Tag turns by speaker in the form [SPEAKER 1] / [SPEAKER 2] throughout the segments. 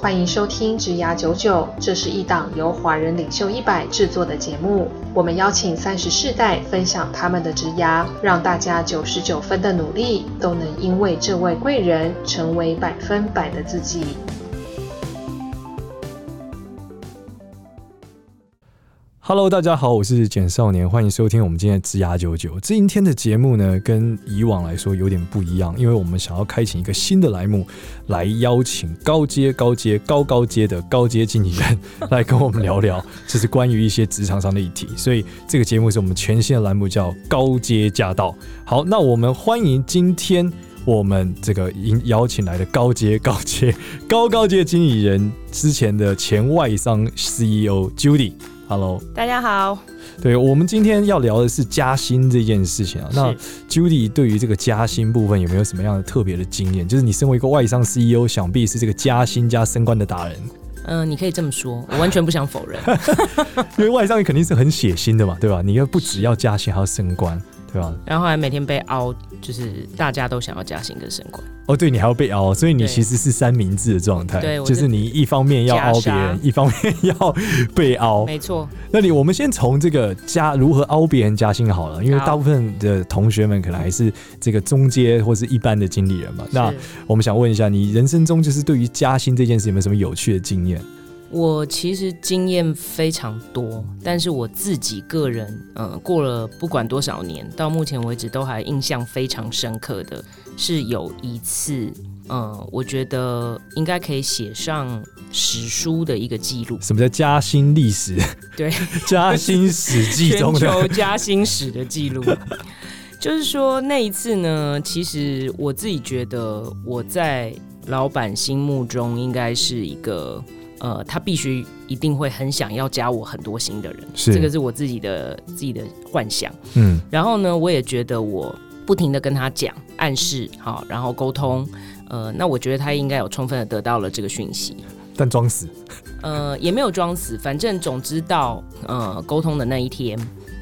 [SPEAKER 1] 欢迎收听《职涯九九》，这是一档由华人领袖一百制作的节目。我们邀请三十世代分享他们的职涯，让大家九十九分的努力都能因为这位贵人成为百分百的自己。
[SPEAKER 2] Hello，大家好，我是简少年，欢迎收听我们今天的枝芽九九。今天的节目呢，跟以往来说有点不一样，因为我们想要开启一个新的栏目，来邀请高阶、高阶、高高阶的高阶经理人来跟我们聊聊，就是关于一些职场上的议题。所以这个节目是我们全新的栏目，叫高阶驾到。好，那我们欢迎今天我们这个邀邀请来的高阶、高阶、 高高阶经理人之前的前外商 CEO Judy。Hello，
[SPEAKER 3] 大家好，
[SPEAKER 2] 对我们今天要聊的是加薪这件事情啊。那 Judy 对于这个加薪部分有没有什么样的特别的经验？就是你身为一个外商 CEO，想必是这个加薪加升官的达人，
[SPEAKER 3] 嗯、你可以这么说，我完全不想 否认。
[SPEAKER 2] 因为外商肯定是很血腥的嘛，对吧？你要不只要加薪，还要升官，对吧？
[SPEAKER 3] 然后还每天被凹，就是大家都想要加薪跟升官，
[SPEAKER 2] 哦，对你还要被凹，所以你
[SPEAKER 3] 对
[SPEAKER 2] 其实是三明治的状态，
[SPEAKER 3] 对我
[SPEAKER 2] 就是是你一方面要凹别人
[SPEAKER 3] 夹杀，
[SPEAKER 2] 一方面要被凹。
[SPEAKER 3] 没错，
[SPEAKER 2] 那你我们先从这个加如何凹别人加薪好了，因为
[SPEAKER 3] 好
[SPEAKER 2] 大部分的同学们可能还是这个中阶或是一般的经理人嘛。那
[SPEAKER 3] 是
[SPEAKER 2] 我们想问一下，你人生中就是对于加薪这件事有没有什么有趣的经验？
[SPEAKER 3] 我其实经验非常多，但是我自己个人，嗯、过了不管多少年，到目前为止都还印象非常深刻的是有一次，嗯、我觉得应该可以写上史书的一个记录，
[SPEAKER 2] 什么叫加薪历史？
[SPEAKER 3] 对，
[SPEAKER 2] 加薪史记
[SPEAKER 3] 全
[SPEAKER 2] 中的
[SPEAKER 3] 球加薪史的 记录。就是说那一次呢，其实我自己觉得我在老板心目中应该是一个。呃，他必须一定会很想要加我很多薪的人，
[SPEAKER 2] 是
[SPEAKER 3] 这个是我自己的自己的幻想。
[SPEAKER 2] 嗯
[SPEAKER 3] 然后呢，我也觉得我不停的跟他讲暗示，好，然后沟通，呃，那我觉得他应该有充分的得到了这个讯息，
[SPEAKER 2] 但装死
[SPEAKER 3] 呃，也没有装死，反正总之到呃沟通的那一天，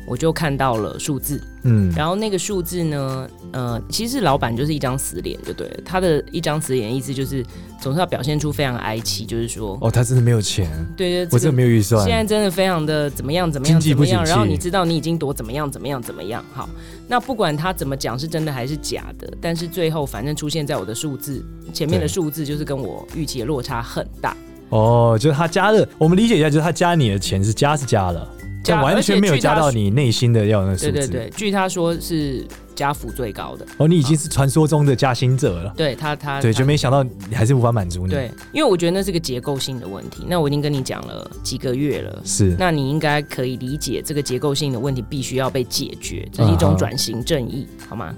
[SPEAKER 3] 我就看到了数字，
[SPEAKER 2] 嗯
[SPEAKER 3] 然后那个数字呢，呃，其实老板就是一张死脸，就对了，他的一张死脸意思就是总是要表现出非常哀戚，就是说，
[SPEAKER 2] 哦，他真的没有钱，
[SPEAKER 3] 对对，
[SPEAKER 2] 我真的没有预算
[SPEAKER 3] 现，在真的非常的怎么样怎么
[SPEAKER 2] 经
[SPEAKER 3] 样
[SPEAKER 2] 济
[SPEAKER 3] 怎
[SPEAKER 2] 不
[SPEAKER 3] 么
[SPEAKER 2] 景
[SPEAKER 3] 样，
[SPEAKER 2] 气
[SPEAKER 3] 然后你知道你已经多怎么样怎么样怎么样，好，那不管他怎么讲是真的还是假的，但是最后反正出现在我的数字前面的
[SPEAKER 2] 对
[SPEAKER 3] 数字就是跟我预期的落差很大，
[SPEAKER 2] 哦，就是他加了，我们理解一下，就是他加你的钱是加是加了，
[SPEAKER 3] 加
[SPEAKER 2] 但完全没有加到
[SPEAKER 3] 而且据
[SPEAKER 2] 你内心的要的那个数
[SPEAKER 3] 对
[SPEAKER 2] 字。
[SPEAKER 3] 对对，据他说是加幅最高的，
[SPEAKER 2] 哦，你已经是传说中的加薪者了。
[SPEAKER 3] 对他他
[SPEAKER 2] 对，
[SPEAKER 3] 他
[SPEAKER 2] 就没想到你还是无法满足你。，
[SPEAKER 3] 啊对，因为我觉得那是个结构性的问题，那我已经跟你讲了几个月了。
[SPEAKER 2] 是
[SPEAKER 3] 那你应该可以理解，这个结构性的问题必须要被解决，这是一
[SPEAKER 2] 啊
[SPEAKER 3] 种
[SPEAKER 2] 哈
[SPEAKER 3] 转型正义，好吗？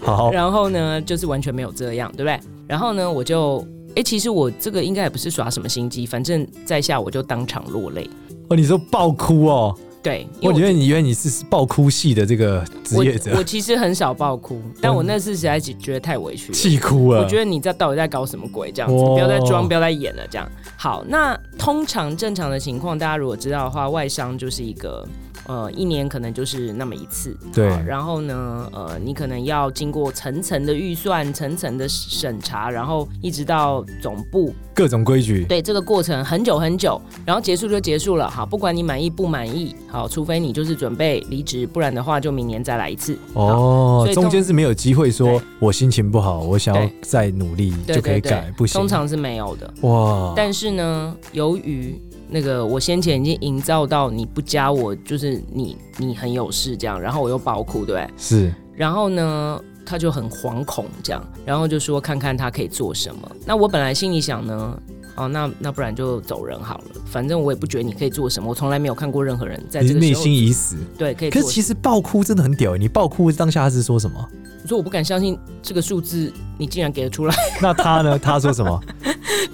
[SPEAKER 2] 好，
[SPEAKER 3] 然后呢，就是完全没有这样，对不对？然后呢，我就，哎、其实我这个应该也不是耍什么心机，反正在下我就当场落泪。
[SPEAKER 2] 哦，你说爆哭哦，
[SPEAKER 3] 对，因
[SPEAKER 2] 我觉
[SPEAKER 3] 为
[SPEAKER 2] 得你原来你是爆哭系的这个职
[SPEAKER 3] 我
[SPEAKER 2] 业
[SPEAKER 3] 我
[SPEAKER 2] 者
[SPEAKER 3] 我，其实很少爆哭，但我那次实在是觉得太委屈了。
[SPEAKER 2] 气哭啊了。
[SPEAKER 3] 我觉得你在到底在搞什么鬼？这样子，
[SPEAKER 2] 哇
[SPEAKER 3] 不要再装，不要再演了。这样好。那通常正常的情况，大家如果知道的话，外商就是一个呃，一年可能就是那么一次。
[SPEAKER 2] 对
[SPEAKER 3] 好然后呢，呃，你可能要经过层层的预算、层层的审查，然后一直到总部。
[SPEAKER 2] 各种规矩，
[SPEAKER 3] 对这个过程很久很久，然后结束就结束了。好，不管你满意不满意，好，除非你就是准备离职，不然的话就明年再来一次。好
[SPEAKER 2] 哦
[SPEAKER 3] 所，以
[SPEAKER 2] 中间是没有机会说
[SPEAKER 3] 对
[SPEAKER 2] 我心情不好，我想要
[SPEAKER 3] 对
[SPEAKER 2] 再努力
[SPEAKER 3] 对
[SPEAKER 2] 就可以
[SPEAKER 3] 对对
[SPEAKER 2] 改，不行。
[SPEAKER 3] 通常是没有的。
[SPEAKER 2] 哇，
[SPEAKER 3] 但是呢，由于那个我先前已经营造到你不加我，就是你你很有事这样，然后我又爆哭，对不对？
[SPEAKER 2] 是
[SPEAKER 3] 然后呢，他就很惶恐这样，然后就说看看他可以做什么。那我本来心里想呢。哦，那那不然就走人好了，反正我也不觉得你可以做什么，我从来没有看过任何人在
[SPEAKER 2] 你
[SPEAKER 3] 这个
[SPEAKER 2] 内
[SPEAKER 3] 时候
[SPEAKER 2] 心已死。
[SPEAKER 3] 对可以
[SPEAKER 2] 可
[SPEAKER 3] 做
[SPEAKER 2] 是其实爆哭真的很屌，你爆哭当下他是说什么？
[SPEAKER 3] 我说我不敢相信这个数字你竟然给得出来，
[SPEAKER 2] 那他呢？他说什么？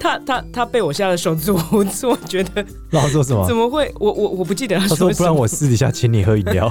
[SPEAKER 3] 他他他被我吓得手足无措，觉得
[SPEAKER 2] 老师说什么
[SPEAKER 3] 怎？么会？我我我不记得他
[SPEAKER 2] 他说
[SPEAKER 3] 说
[SPEAKER 2] 不
[SPEAKER 3] 什
[SPEAKER 2] 然
[SPEAKER 3] 么。
[SPEAKER 2] 我私底下请你喝饮 料。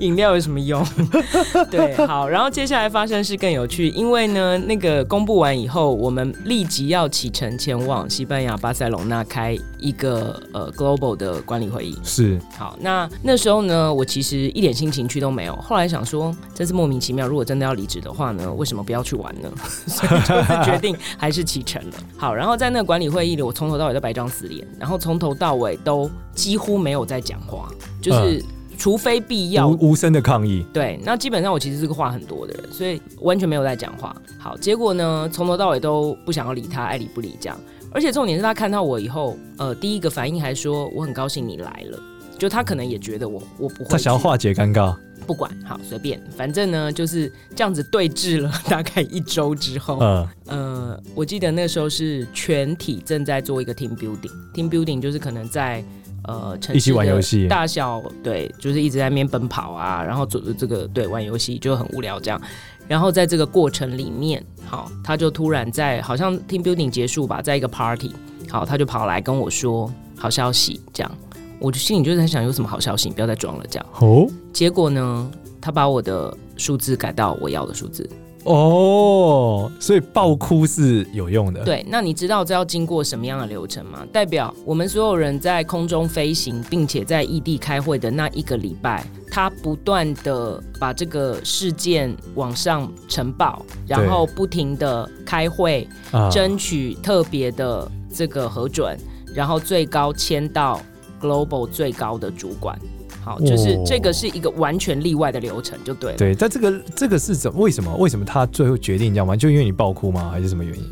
[SPEAKER 3] 饮料有什么用？ 对，好，然后接下来发生是更有趣，因为呢，那个公布完以后，我们立即要启程前往西班牙巴塞隆纳开一个呃 global 的管理会议。
[SPEAKER 2] 是
[SPEAKER 3] 好，那那时候呢，我其实一点心情去都没有。后来想说，真是莫名其妙。如果真的要离职的话呢，为什么不要去玩呢？ 所以就是决定还是启程了。好，然后在那个管理会议里，我从头到尾都白张死脸，然后从头到尾都几乎没有在讲话，就是除非必要。
[SPEAKER 2] 无无声的抗议，
[SPEAKER 3] 对，那基本上我其实是个话很多的人，所以完全没有在讲话。好，结果呢，从头到尾都不想要理他，爱理不理这样。而且重点是他看到我以后，呃，第一个反应还说我很高兴你来了，就他可能也觉得我我不会去，
[SPEAKER 2] 他想要化解尴尬。
[SPEAKER 3] 不管，好随便，反正呢就是这样子对峙了大概一周之后，
[SPEAKER 2] 嗯，
[SPEAKER 3] 呃，我记得那时候是全体正在做一个 team building，team building 就是可能在呃城市
[SPEAKER 2] 一起玩
[SPEAKER 3] 的
[SPEAKER 2] 游戏
[SPEAKER 3] 大小对，就是一直在那边奔跑啊，然后做这个对玩游戏就很无聊这样。然后在这个过程里面，好，他就突然在好像 team building 结束吧，在一个 party，好，他就跑来跟我说好消息这样，我就心里就在想有什么好消息，你不要再装了这样。
[SPEAKER 2] 哦
[SPEAKER 3] 结果呢，他把我的数字改到我要的数字，
[SPEAKER 2] 哦，所以爆哭是有用的。，
[SPEAKER 3] 对，那你知道这要经过什么样的流程吗？代表我们所有人在空中飞行，并且在异地开会的那一个礼拜，他不断的把这个事件往上呈报，然后不停的开会，
[SPEAKER 2] 啊
[SPEAKER 3] 争取特别的这个核准，然后最高签到 global 最高的主管。好，就是
[SPEAKER 2] 哦
[SPEAKER 3] 这个是一个完全例外的流程，就对了。
[SPEAKER 2] 对，但这个这个是怎为什么？为什么他最后决定这样玩？就因为你爆哭吗？还是什么原因？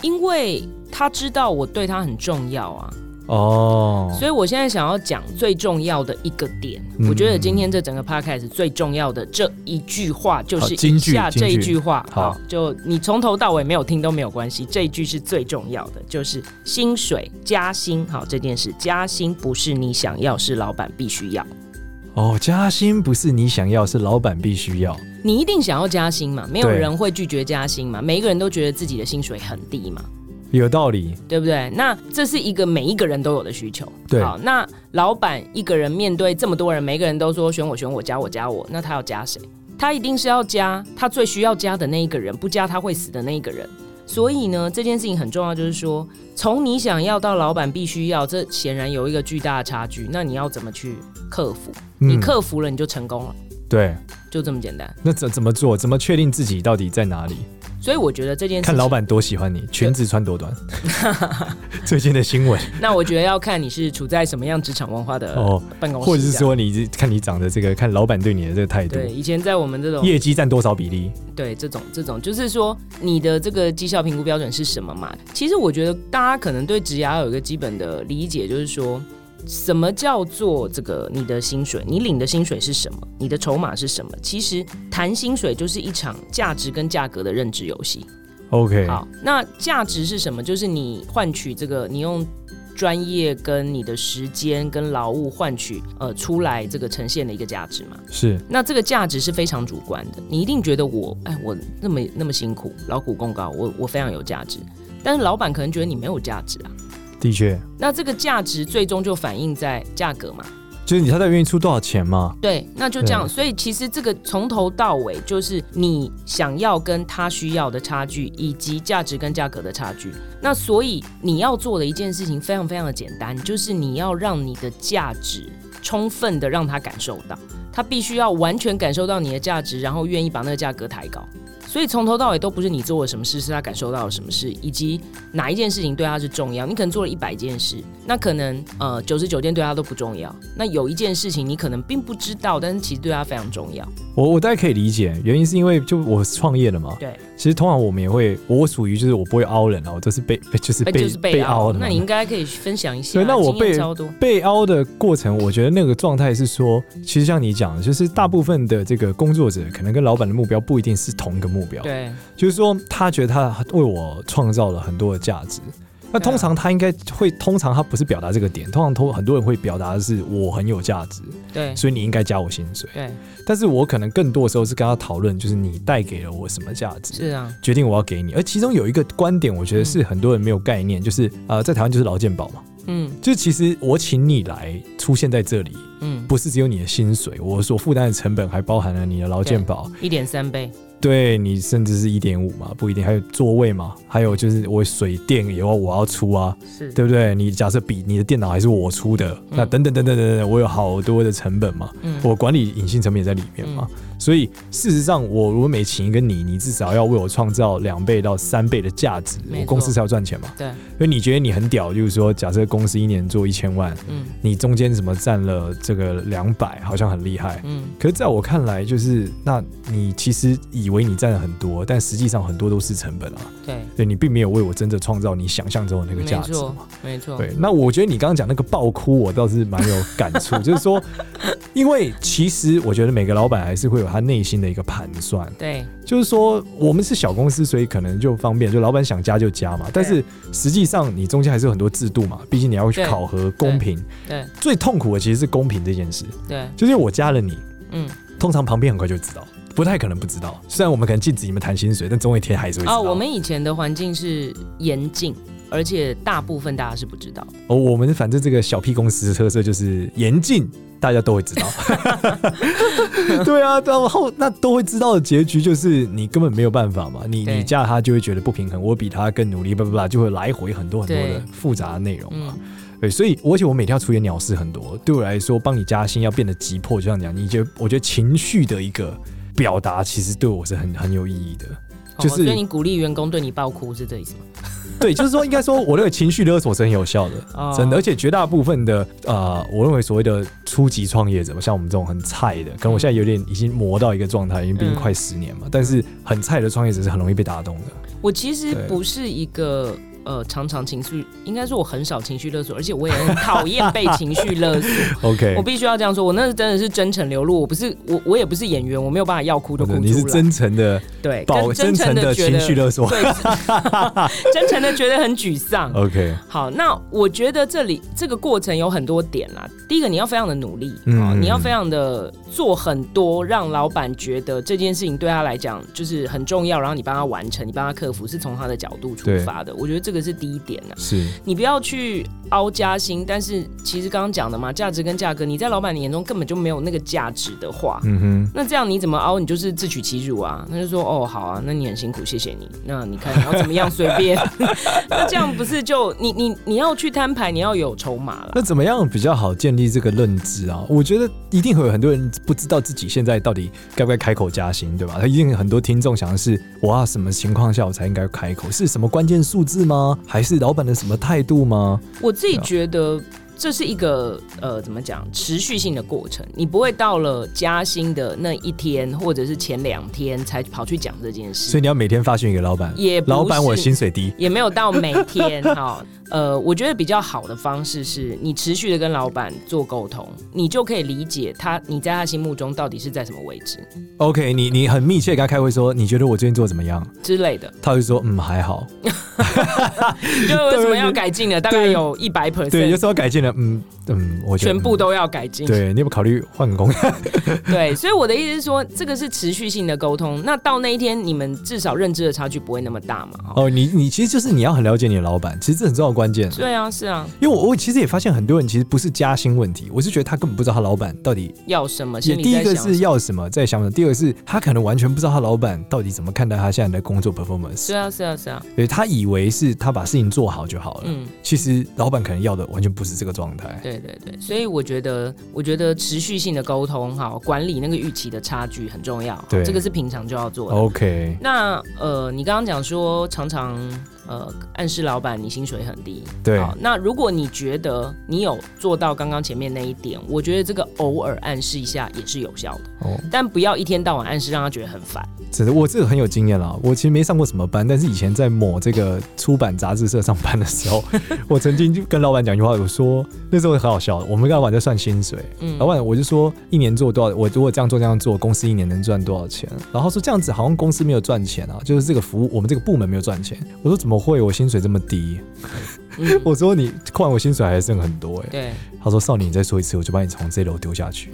[SPEAKER 3] 因为他知道我对他很重要啊，
[SPEAKER 2] 哦，
[SPEAKER 3] 所以我现在想要讲最重要的一个点，
[SPEAKER 2] 嗯
[SPEAKER 3] 我觉得今天这整个 podcast 最重要的这一句话就
[SPEAKER 2] 好
[SPEAKER 3] 是
[SPEAKER 2] 金
[SPEAKER 3] 以
[SPEAKER 2] 句
[SPEAKER 3] 下
[SPEAKER 2] 金
[SPEAKER 3] 这一
[SPEAKER 2] 句
[SPEAKER 3] 句话，
[SPEAKER 2] 好，
[SPEAKER 3] 就你从头到尾没有听都没有关系，这一句是最重要的，就是薪水加薪，好这件事，加薪不是你想要，是老板必须要。
[SPEAKER 2] 哦，加薪不是你想要，是老板必须要。
[SPEAKER 3] 你一定想要加薪嘛？没有
[SPEAKER 2] 对
[SPEAKER 3] 人会拒绝加薪嘛？每一个人都觉得自己的薪水很低嘛？
[SPEAKER 2] 有道理，
[SPEAKER 3] 对不对？那这是一个每一个人都有的需求。
[SPEAKER 2] 对
[SPEAKER 3] 好，那老板一个人面对这么多人，每一个人都说选我、选我、加我、加我，那他要加谁？他一定是要加他最需要加的那一个人，不加他会死的那一个人。所以呢，这件事情很重要，就是说，从你想要到老板必须要，这显然有一个巨大的差距。那你要怎么去克服？你克服了，你就成功了，
[SPEAKER 2] 嗯对，
[SPEAKER 3] 就这么简单。
[SPEAKER 2] 那怎怎么做？怎么确定自己到底在哪里？
[SPEAKER 3] 所以我觉得这件事情
[SPEAKER 2] 看老板多喜欢你，裙子穿多 短。最近的新闻
[SPEAKER 3] 那我觉得要看你是处在什么样职场文化的
[SPEAKER 2] 哦，
[SPEAKER 3] 办公室，
[SPEAKER 2] 或者是。说你看你长的这个，看老板对你的这个态度，
[SPEAKER 3] 对，以前在我们这种
[SPEAKER 2] 业绩占多少比例？
[SPEAKER 3] 对，这种这种就是说你的这个绩效评估标准是什么嘛？其实我觉得大家可能对职涯有一个基本的理解，就是说什么叫做这个你的薪水，你领的薪水是什么，你的筹码是什么？其实谈薪水就是一场价值跟价格的认知游戏。
[SPEAKER 2] OK，
[SPEAKER 3] 好，那价值是什么？就是你换取这个，你用专业跟你的时间跟劳务换取呃出来这个呈现的一个价值嘛。
[SPEAKER 2] 是
[SPEAKER 3] 那这个价值是非常主观的，你一定觉得我，哎，我那么那么辛苦，劳苦功高，我我非常有价值。但是老板可能觉得你没有价值啊。
[SPEAKER 2] 的确，
[SPEAKER 3] 那这个价值最终就反映在价格嘛？
[SPEAKER 2] 就是你他到底愿意出多少钱嘛？
[SPEAKER 3] 对，那就这样。
[SPEAKER 2] 对
[SPEAKER 3] 所以其实这个从头到尾就是你想要跟他需要的差距，以及价值跟价格的差距。那所以你要做的一件事情非常非常的简单，就是你要让你的价值充分的让他感受到，他必须要完全感受到你的价值，然后愿意把那个价格抬高。所以从头到尾都不是你做了什么事，是他感受到了什么事，以及哪一件事情对他是重要。你可能做了一百件事，那可能呃九十九件对他都不重要。那有一件事情你可能并不知道，但是其实对他非常重要。
[SPEAKER 2] 我我大概可以理解，原因是因为就我创业了嘛。
[SPEAKER 3] 对，
[SPEAKER 2] 其实通常我们也会，我属于就是我不会凹人啊，我都是被被就是
[SPEAKER 3] 那
[SPEAKER 2] 被、
[SPEAKER 3] 呃就是被
[SPEAKER 2] 凹的嘛。
[SPEAKER 3] 那你应该可以分享一下，
[SPEAKER 2] 对那我
[SPEAKER 3] 经验
[SPEAKER 2] 被
[SPEAKER 3] 超多。
[SPEAKER 2] 被凹的过程，我觉得那个状态是说，其实像你讲的，就是大部分的这个工作者可能跟老板的目标不一定是同一个目标，
[SPEAKER 3] 对
[SPEAKER 2] 就是说他觉得他为我创造了很多的价值，
[SPEAKER 3] 啊
[SPEAKER 2] 那通常他应该会，通常他不是表达这个点，通常通很多人会表达的是我很有价值，
[SPEAKER 3] 对
[SPEAKER 2] 所以你应该加我薪水。
[SPEAKER 3] 对，
[SPEAKER 2] 但是我可能更多的时候是跟他讨论，就是你带给了我什么价值，
[SPEAKER 3] 是啊，
[SPEAKER 2] 决定我要给你。而其中有一个观点，我觉得是很多人没有概念，就是呃，在台湾就是劳健保嘛，
[SPEAKER 3] 嗯
[SPEAKER 2] 就是其实我请你来出现在这里，
[SPEAKER 3] 嗯，
[SPEAKER 2] 不是只有你的薪水，我所负担的成本还包含了你的劳健保，
[SPEAKER 3] 一点三倍，
[SPEAKER 2] 对你甚至是一点五嘛，不一定，还有座位嘛，还有就是我水电也要我要出啊，
[SPEAKER 3] 是，
[SPEAKER 2] 对不对？你假设比你的电脑还是我出的，那等等等等等等，我有好多的成本嘛，
[SPEAKER 3] 嗯
[SPEAKER 2] 我管理隐性成本也在里面嘛。所以事实上，我如果每请一个你，你至少要为我创造两倍到三倍的价值，
[SPEAKER 3] 没错
[SPEAKER 2] 我公司才要赚钱嘛。
[SPEAKER 3] 对，
[SPEAKER 2] 因为你觉得你很屌，就是说，假设公司一年做一千万，
[SPEAKER 3] 嗯
[SPEAKER 2] 你中间什么占了这个两百，好像很厉害。
[SPEAKER 3] 嗯，
[SPEAKER 2] 可是在我看来，就是那你其实以为你占了很多，但实际上很多都是成本啊，
[SPEAKER 3] 对，
[SPEAKER 2] 对你并没有为我真的创造你想象中的那个
[SPEAKER 3] 没
[SPEAKER 2] 价值嘛
[SPEAKER 3] 错。没错，
[SPEAKER 2] 对，那我觉得你刚刚讲那个爆哭，我倒是蛮有感 触，就是说，因为其实我觉得每个老板还是会有他内心的一个盘算，
[SPEAKER 3] 对
[SPEAKER 2] 就是说我们是小公司，所以可能就方便，就老板想加就加嘛。但是实际上你中间还是有很多制度嘛，毕竟你要去
[SPEAKER 3] 对
[SPEAKER 2] 考核公平。
[SPEAKER 3] 对
[SPEAKER 2] 最痛苦的其实是公平这件事，
[SPEAKER 3] 对，
[SPEAKER 2] 就是我加了你，
[SPEAKER 3] 嗯，
[SPEAKER 2] 通常旁边很快就知道，不太可能不知道。虽然我们可能禁止你们谈薪水，但总有一天还是会知道。
[SPEAKER 3] 哦，我们以前的环境是严禁，而且大部分大家是不知道，
[SPEAKER 2] 哦，我们反正这个小屁公司的特色就是严禁，大家都会知 道。对啊，然后那都会知道的结局就是你根本没有办法嘛，你
[SPEAKER 3] 对
[SPEAKER 2] 你嫁他就会觉得不平衡，我比他更努力，叭叭叭，就会来回很多很多的
[SPEAKER 3] 对
[SPEAKER 2] 复杂的内容嘛。
[SPEAKER 3] 嗯
[SPEAKER 2] 对，所以而且我每天要处理的鸟事很多，对我来说，帮你加薪要变得急迫，就像讲，你觉得我觉得情绪的一个表达，其实对我是很很有意义的。
[SPEAKER 3] 哦
[SPEAKER 2] 就是
[SPEAKER 3] 所以你鼓励员工对你爆哭是这意思吗？
[SPEAKER 2] 对，就是说，应该说，我认为情绪勒索是很有效的，
[SPEAKER 3] 哦
[SPEAKER 2] 真的。而且绝大部分的呃，我认为所谓的初级创业者，像我们这种很菜的，可能我现在有点已经磨到一个状态，因为毕竟
[SPEAKER 3] 嗯
[SPEAKER 2] 快十年嘛。但是很菜的创业者是很容易被打动的。
[SPEAKER 3] 我其实
[SPEAKER 2] 对
[SPEAKER 3] 不是一个呃常常情绪，应该说我很少情绪勒索，而且我也很讨厌被情绪勒 索。
[SPEAKER 2] OK，
[SPEAKER 3] 我必须要这样说，我那是真的是真诚流露，我不是我我也不是演员，我没有办法要哭就
[SPEAKER 2] 或
[SPEAKER 3] 哭
[SPEAKER 2] 者
[SPEAKER 3] 出
[SPEAKER 2] 你
[SPEAKER 3] 来。
[SPEAKER 2] 是真诚的
[SPEAKER 3] 对，
[SPEAKER 2] 保
[SPEAKER 3] 跟真
[SPEAKER 2] 真
[SPEAKER 3] 诚
[SPEAKER 2] 诚
[SPEAKER 3] 的
[SPEAKER 2] 的
[SPEAKER 3] 觉得
[SPEAKER 2] 情绪勒索
[SPEAKER 3] 对， 真诚的觉得很沮丧。
[SPEAKER 2] OK，
[SPEAKER 3] 好，那我觉得这里这个过程有很多点啦。第一个，你要非常的努力，
[SPEAKER 2] 嗯
[SPEAKER 3] 啊，你要非常的做很多，让老板觉得这件事情对他来讲就是很重要，然后你帮他完成，你帮他克服，是从他的角度出
[SPEAKER 2] 对
[SPEAKER 3] 发的。我觉得这个是第一点啊。
[SPEAKER 2] 是
[SPEAKER 3] 你不要去凹加薪，但是其实刚刚讲的嘛，价值跟价格，你在老板的眼中根本就没有那个价值的话，
[SPEAKER 2] 嗯哼，
[SPEAKER 3] 那这样你怎么凹？你就是自取其辱啊！那就说哦，好啊，那你很辛苦，谢谢你。那你看你要怎么样随 便？那这样不是就你你你要去摊牌，你要有筹码了。
[SPEAKER 2] 那怎么样比较好建立这个认知啊？我觉得一定会有很多人不知道自己现在到底该不该开口加薪，对吧？他一定有很多听众想的是，我要什么情况下我才应该开口？是什么关键数字吗？还是老板的什么态度吗？
[SPEAKER 3] 我自己觉得这是一个呃，怎么讲，持续性的过程。你不会到了加薪的那一天，或者是前两天才跑去讲这件事。
[SPEAKER 2] 所以你要每天发讯息给老板，
[SPEAKER 3] 也不是
[SPEAKER 2] 老板我薪水低，
[SPEAKER 3] 也没有到每 天哈。呃，我觉得比较好的方式是你持续的跟老板做沟通，你就可以理解他你在他心目中到底是在什么位置
[SPEAKER 2] OK，你你很密切地跟他开会说，你觉得我最近做得怎么样？
[SPEAKER 3] 之类 的，
[SPEAKER 2] 他会说嗯还好，
[SPEAKER 3] 就有什么要改进的，啊大概有一百 percent，
[SPEAKER 2] 对，有时候改进了，嗯嗯，我觉得
[SPEAKER 3] 全部
[SPEAKER 2] 嗯
[SPEAKER 3] 都要改进。
[SPEAKER 2] 对，你有没有考虑换个工 作？
[SPEAKER 3] 对，所以我的意思是说，这个是持续性的沟通。那到那一天，你们至少认知的差距不会那么大嘛？哈
[SPEAKER 2] 哦，你你其实就是你要很了解你的老板，其实这很重要的关键。
[SPEAKER 3] 对啊，是啊，
[SPEAKER 2] 因为我我其实也发现很多人其实不是加薪问题，我是觉得他根本不知道他老板到底，
[SPEAKER 3] 要什么？
[SPEAKER 2] 也
[SPEAKER 3] 心里
[SPEAKER 2] 第一
[SPEAKER 3] 在
[SPEAKER 2] 个
[SPEAKER 3] 想
[SPEAKER 2] 是要什么在想什么，第二个是他可能完全不知道他老板到底怎么看待他现在的工作 performance，
[SPEAKER 3] 是啊，是啊，是啊，
[SPEAKER 2] 对他以为是他把事情做好就好了，
[SPEAKER 3] 嗯。
[SPEAKER 2] 其实老板可能要的完全不是这个状态。
[SPEAKER 3] 对对对，所以我觉得，我觉得持续性的沟通哈，管理那个预期的差距很重要，
[SPEAKER 2] 对哦
[SPEAKER 3] 这个是平常就要做的。
[SPEAKER 2] OK，
[SPEAKER 3] 那呃，你刚刚讲说常常呃暗示老板你薪水很低，
[SPEAKER 2] 对
[SPEAKER 3] 好，那如果你觉得你有做到刚刚前面那一点，我觉得这个偶尔暗示一下也是有效的，
[SPEAKER 2] 哦，
[SPEAKER 3] 但不要一天到晚暗示让他觉得很烦。
[SPEAKER 2] 只是我这个很有经验啦。我其实没上过什么班，但是以前在某这个出版杂志社上班的时 候，我曾经就跟老板讲一句话，我说那时候很好笑，我们跟老板在算薪水，
[SPEAKER 3] 嗯
[SPEAKER 2] 老板我就说一年做多少，我如果这样做这样做，公司一年能赚多少钱？然后说这样子好像公司没有赚钱啊，就是这个服务我们这个部门没有赚钱。我说怎么会，我薪水这么低。
[SPEAKER 3] 嗯
[SPEAKER 2] 我说你扣完我薪水还剩很多哎、
[SPEAKER 3] 对，
[SPEAKER 2] 他说少年，你再说一次，我就把你从这楼丢下 去。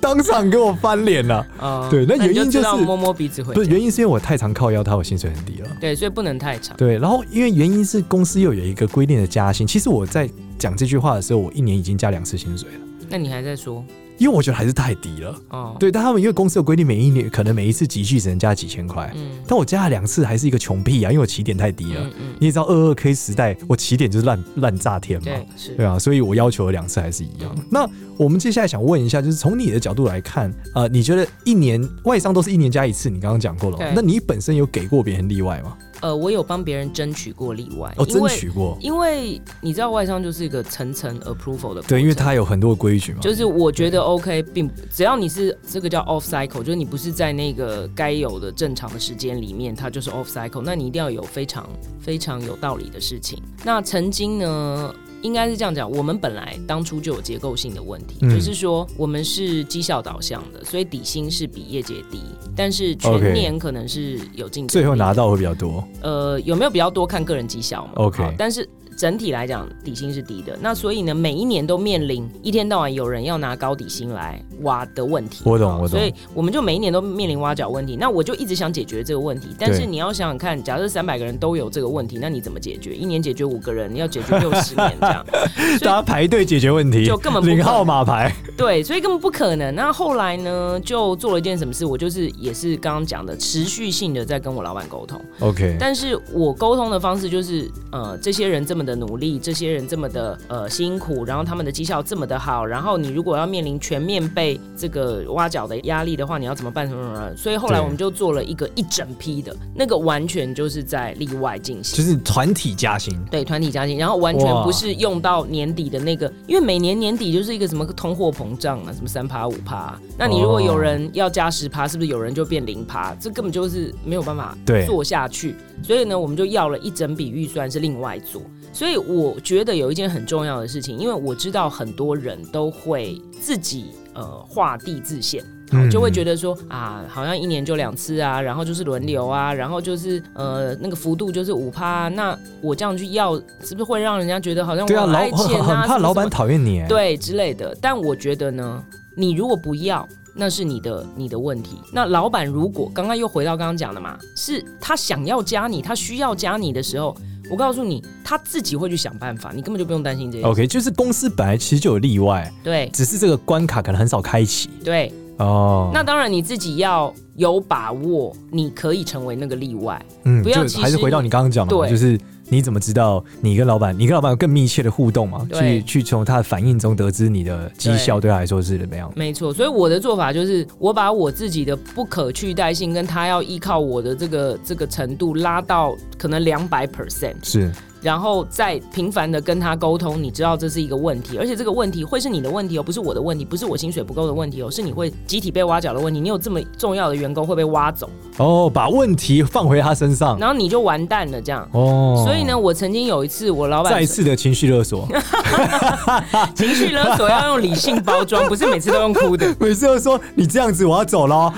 [SPEAKER 2] 当场给我翻脸啊了、
[SPEAKER 3] 呃，
[SPEAKER 2] 对那
[SPEAKER 3] 你
[SPEAKER 2] 原因
[SPEAKER 3] 知道
[SPEAKER 2] 就是
[SPEAKER 3] 摸摸鼻子回
[SPEAKER 2] 不是
[SPEAKER 3] 家，
[SPEAKER 2] 原因是因为我太常靠腰，他我薪水很低了。
[SPEAKER 3] 对，所以不能太长，
[SPEAKER 2] 对，然后因为原因是公司又有一个规定的加薪。其实我在讲这句话的时候，我一年已经加两次薪水了，
[SPEAKER 3] 那你还在说
[SPEAKER 2] 因为我觉得还是太低了。
[SPEAKER 3] 哦，，
[SPEAKER 2] 对，但他们因为公司有规定，每一年可能每一次集聚只能加几千块，
[SPEAKER 3] 嗯
[SPEAKER 2] 但我加了两次还是一个穷屁啊，因为我起点太低了。
[SPEAKER 3] 嗯嗯，
[SPEAKER 2] 你也知道，二二 K 时代，我起点就是烂烂炸天嘛。
[SPEAKER 3] 对，是，
[SPEAKER 2] 对啊，所以我要求了两次还是一样。
[SPEAKER 3] 嗯
[SPEAKER 2] 那我们接下来想问一下，就是从你的角度来看，呃，你觉得一年外商都是一年加一次，你刚刚讲过了嘛
[SPEAKER 3] 对，
[SPEAKER 2] 那你本身有给过别人例外吗？
[SPEAKER 3] 呃，我有帮别人争取过例外，
[SPEAKER 2] 哦，
[SPEAKER 3] 因
[SPEAKER 2] 争
[SPEAKER 3] 为
[SPEAKER 2] 取过，
[SPEAKER 3] 因为你知道外商就是一个层层 approval 的过程，
[SPEAKER 2] 对，因为它有很多的规矩嘛。
[SPEAKER 3] 就是我觉得 OK，并不只要你是这个叫 off cycle，就是你不是在那个该有的正常的时间里面，它就是 off cycle，那你一定要有非常非常有道理的事情。那曾经呢？应该是这样讲，我们本来当初就有结构性的问题，
[SPEAKER 2] 嗯
[SPEAKER 3] 就是说我们是绩效导向的，所以底薪是比业界低，但是
[SPEAKER 2] OK
[SPEAKER 3] 全年可能是有竞争力的。
[SPEAKER 2] 最后拿到会比较多。
[SPEAKER 3] 呃，有没有比较多看个人绩效嘛
[SPEAKER 2] OK
[SPEAKER 3] 好但是整体来讲底薪是低的，那所以呢，每一年都面临一天到晚有人要拿高底薪来挖的问题。
[SPEAKER 2] 我懂
[SPEAKER 3] 好
[SPEAKER 2] 我懂
[SPEAKER 3] 所以我们就每一年都面临挖角问题。那我就一直想解决这个问题，但是
[SPEAKER 2] 对
[SPEAKER 3] 你要想想看，假设三百个人都有这个问题，那你怎么解决？一年解决五个人，要解决六十年这样。
[SPEAKER 2] 大家排队解决问题，
[SPEAKER 3] 就根本不
[SPEAKER 2] 领
[SPEAKER 3] 可
[SPEAKER 2] 号
[SPEAKER 3] 能
[SPEAKER 2] 码牌。
[SPEAKER 3] 对，所以根本不可能。那后来呢，就做了一件什么事？我就是也是刚刚讲的，持续性的在跟我老板沟通。
[SPEAKER 2] OK，
[SPEAKER 3] 但是我沟通的方式就是，呃，这些人这么的努力，这些人这么的呃辛苦，然后他们的绩效这么的好，然后你如果要面临全面被这个挖角的压力的话，你要怎么办？什么什么什么？所以后来
[SPEAKER 2] 对
[SPEAKER 3] 我们就做了一个一整批的，那个完全就是在例外进行。
[SPEAKER 2] 就是团体加薪。
[SPEAKER 3] 对团体加薪，然后完全
[SPEAKER 2] 哇
[SPEAKER 3] 不是用到年底的那个，因为每年年底就是一个什么通货膨胀啊，什么三趴五趴，那你如果有人要加十趴，是不是有人就变零趴？这根本就是没有办法
[SPEAKER 2] 对
[SPEAKER 3] 做下去。所以呢，我们就要了一整笔预算是另外做。所以我觉得有一件很重要的事情，因为我知道很多人都会自己呃画地自限。好
[SPEAKER 2] 嗯
[SPEAKER 3] 就会觉得说啊，好像一年就两次啊，然后就是轮流啊，然后就是呃那个幅度就是五趴、那我这样去要，是不是会让人家觉得好像
[SPEAKER 2] 对啊，
[SPEAKER 3] 我很
[SPEAKER 2] 老
[SPEAKER 3] 爱
[SPEAKER 2] 很
[SPEAKER 3] 钱
[SPEAKER 2] 很
[SPEAKER 3] 啊，
[SPEAKER 2] 很
[SPEAKER 3] 什
[SPEAKER 2] 怕
[SPEAKER 3] 么
[SPEAKER 2] 老
[SPEAKER 3] 什
[SPEAKER 2] 板
[SPEAKER 3] 么
[SPEAKER 2] 讨厌你。，
[SPEAKER 3] 对之类的。但我觉得呢，你如果不要，那是你的你的问题。那老板如果刚刚又回到刚刚讲的嘛，是他想要加你，他需要加你的时候，我告诉你，他自己会去想办法，你根本就不用担心这些。
[SPEAKER 2] OK，就是公司本来其实就有例外，
[SPEAKER 3] 对
[SPEAKER 2] 只是这个关卡可能很少开启
[SPEAKER 3] 对，
[SPEAKER 2] 哦。
[SPEAKER 3] 那当然你自己要有把握，你可以成为那个例外。
[SPEAKER 2] 嗯，
[SPEAKER 3] 不要
[SPEAKER 2] 就
[SPEAKER 3] 急
[SPEAKER 2] 还是
[SPEAKER 3] 事
[SPEAKER 2] 回到你刚刚讲的嘛，
[SPEAKER 3] 对
[SPEAKER 2] 就是你怎么知道你跟老板，你跟老板有更密切的互动嘛？去
[SPEAKER 3] 对
[SPEAKER 2] 去从他的反应中得知你的绩效对他来说是怎么样。
[SPEAKER 3] 没错，所以我的做法就是，我把我自己的不可取代性跟他要依靠我的这个这个程度拉到可能两百 percent，
[SPEAKER 2] 是
[SPEAKER 3] 然后再频繁的跟他沟通，你知道这是一个问题，而且这个问题会是你的问题哦，不是我的问题，不是我薪水不够的问题哦，是你会集体被挖角的问题，你有这么重要的员工会被挖走，
[SPEAKER 2] 哦，把问题放回他身上
[SPEAKER 3] 然后你就完蛋了这样。
[SPEAKER 2] 哦。
[SPEAKER 3] 所以呢，，我曾经有一次，我老板
[SPEAKER 2] 再次的情绪勒 索，
[SPEAKER 3] 情绪勒索要用理性包装，不是每次都用哭的。
[SPEAKER 2] 每次都说你这样子我要走咯，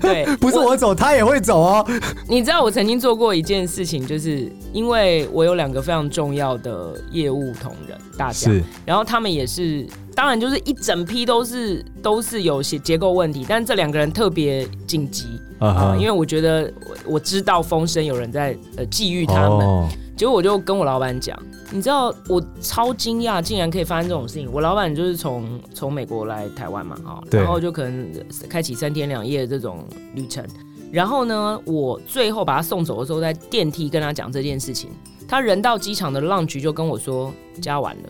[SPEAKER 3] 对，
[SPEAKER 2] 不是我走，他也会走哦。
[SPEAKER 3] 你知道我曾经做过一件事情，就是因为我有两个非常重要的业务同仁，大家，
[SPEAKER 2] 是
[SPEAKER 3] 然后他们也是，当然就是一整批都是都是有些结构问题，但这两个人特别紧急
[SPEAKER 2] 啊
[SPEAKER 3] 啊、
[SPEAKER 2] 哈
[SPEAKER 3] 因为我觉得我我知道风声有人在呃觊觎他们，嗯
[SPEAKER 2] 哦
[SPEAKER 3] 结果我就跟我老板讲，你知道我超惊讶，竟然可以发生这种事情。我老板就是从从美国来台湾嘛，哈、
[SPEAKER 2] 对
[SPEAKER 3] 然后就可能开启三天两夜这种旅程。然后呢，我最后把他送走的时候，在电梯跟他讲这件事情。他人到机场的浪局就跟我说加完了，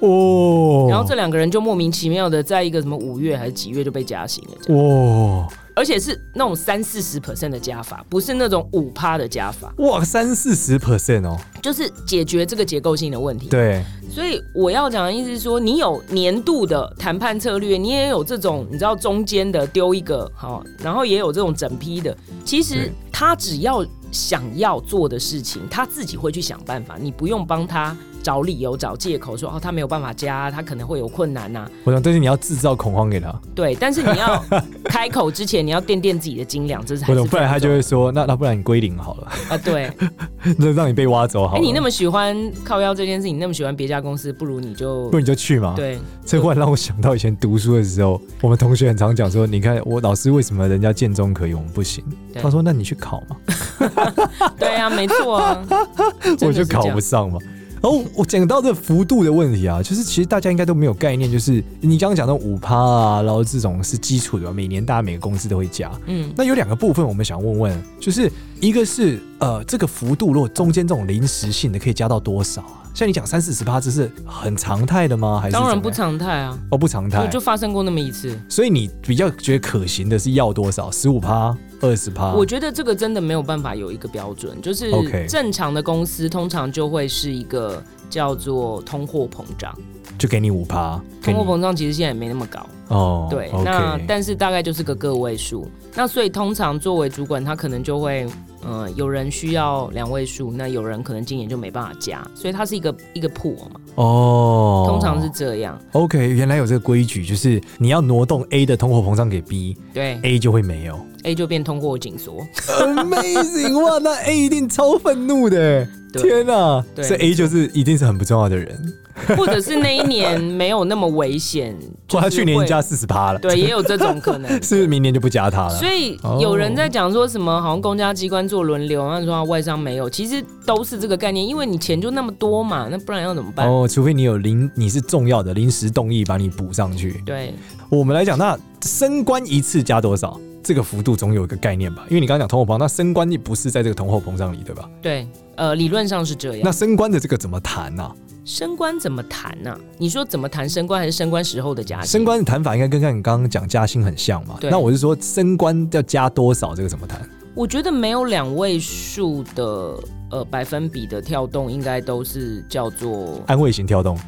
[SPEAKER 2] 哦，
[SPEAKER 3] 然后这两个人就莫名其妙的在一个什么五月还是几月就被加薪了，这样
[SPEAKER 2] 哇
[SPEAKER 3] 而且是那种三四十 percent 的加法，不是那种五趴的加法，
[SPEAKER 2] 哇三四十 percent 哦，
[SPEAKER 3] 就是解决这个结构性的问题。
[SPEAKER 2] 对，
[SPEAKER 3] 所以我要讲的意思是说，你有年度的谈判策略，你也有这种你知道中间的丢一个好、然后也有这种整批的。其实
[SPEAKER 2] 对
[SPEAKER 3] 他只要想要做的事情，他自己会去想办法，你不用帮他找理由、找借口说哦，他没有办法加，他可能会有困难啊呐、
[SPEAKER 2] 我想，但是你要制造恐慌给他，
[SPEAKER 3] 对，但是你 要开口之前，你要掂掂自己的斤两，这是还
[SPEAKER 2] 我
[SPEAKER 3] 是
[SPEAKER 2] 懂，不然他就会说，那那不然你归零 好了，
[SPEAKER 3] 啊、对。
[SPEAKER 2] 那让你被挖走好
[SPEAKER 3] 哎、
[SPEAKER 2] 了。
[SPEAKER 3] 你那么喜欢靠腰这件事情，你那么喜欢别家公司，不如你就
[SPEAKER 2] 不啊然你就去嘛。，
[SPEAKER 3] 对
[SPEAKER 2] 这忽然让我想到以前读书的时候，我们同学很常讲说，你看我老师为什么人家建中可以，我们不行？
[SPEAKER 3] 对
[SPEAKER 2] 他说，那你去考嘛，
[SPEAKER 3] 对啊，没错 啊，
[SPEAKER 2] 我
[SPEAKER 3] 真
[SPEAKER 2] 就
[SPEAKER 3] 的
[SPEAKER 2] 是
[SPEAKER 3] 这样
[SPEAKER 2] 考不上嘛。然后我讲到这幅度的问题啊，就是其实大家应该都没有概念，就是你刚刚讲到五趴啊，然后这种是基础的嘛，每年大家每个公司都会加。
[SPEAKER 3] 嗯
[SPEAKER 2] 那有两个部分我们想问问，就是一个是呃这个幅度，如果中间这种临时性的可以加到多少啊？像你讲三四十趴，这是很常态的吗？还是
[SPEAKER 3] 当然不
[SPEAKER 2] 怎么样
[SPEAKER 3] 常态啊，
[SPEAKER 2] 哦不常
[SPEAKER 3] 就
[SPEAKER 2] 态，
[SPEAKER 3] 就发生过那么一次。
[SPEAKER 2] 所以你比较觉得可行的是要多少？十五趴、二十趴？
[SPEAKER 3] 我觉得这个真的没有办法有一个标准，就是
[SPEAKER 2] 啊 OK
[SPEAKER 3] 正常的公司通常就会是一个叫做通货膨胀，
[SPEAKER 2] 就给你五趴，给
[SPEAKER 3] 通
[SPEAKER 2] 你
[SPEAKER 3] 货膨胀其实现在也没那么高，
[SPEAKER 2] 哦，
[SPEAKER 3] 对
[SPEAKER 2] o
[SPEAKER 3] 那
[SPEAKER 2] k
[SPEAKER 3] 但是大概就是个个位数，那所以通常作为主管，他可能就会，呃，有人需要两位数，那有人可能今年就没办法加，所以它是一个一个 pool 嘛，
[SPEAKER 2] 哦，
[SPEAKER 3] 通常是这样，
[SPEAKER 2] OK，原来有这个规矩，就是你要挪动 A 的通货膨胀给 B，A
[SPEAKER 3] 对
[SPEAKER 2] 就会没有。
[SPEAKER 3] ，A 就变通货 紧缩，
[SPEAKER 2] Amazing 哇，那 A 一定超愤怒的，欸
[SPEAKER 3] 对
[SPEAKER 2] 天哪、
[SPEAKER 3] 对
[SPEAKER 2] 所以 A 就是一定是很不重要的人，
[SPEAKER 3] 或者是那一年没有那么危险，就
[SPEAKER 2] 哇，
[SPEAKER 3] 是
[SPEAKER 2] 他去年
[SPEAKER 3] 会
[SPEAKER 2] 加四十趴了，，
[SPEAKER 3] 对，也有这种可能
[SPEAKER 2] 是不是哦明年就不加他了？
[SPEAKER 3] 所以有人在讲说什么，好像公家机关做轮流，那说他外商没有，其实都是这个概念，因为你钱就那么多嘛，那不然要怎么办？
[SPEAKER 2] 哦，除非你有临你是重要的临时动议把你补上去。
[SPEAKER 3] 对，
[SPEAKER 2] 我们来讲，那升官一次加多少？这个幅度总有一个概念吧？因为你刚刚讲通货膨胀，那升官不是在这个通货膨胀里，对吧？
[SPEAKER 3] 对，呃，理论上是这样。
[SPEAKER 2] 那升官的这个怎么谈啊呢、
[SPEAKER 3] 升官怎么谈呢、你说怎么谈升官，还是升官时候的加薪？
[SPEAKER 2] 升官的谈法应该跟刚你刚刚讲加薪很像嘛？
[SPEAKER 3] 啊对
[SPEAKER 2] 那我是说升官要加多少，这个怎么谈？
[SPEAKER 3] 我觉得没有两位数的呃百分比的跳动，应该都是叫做
[SPEAKER 2] 安慰型跳动，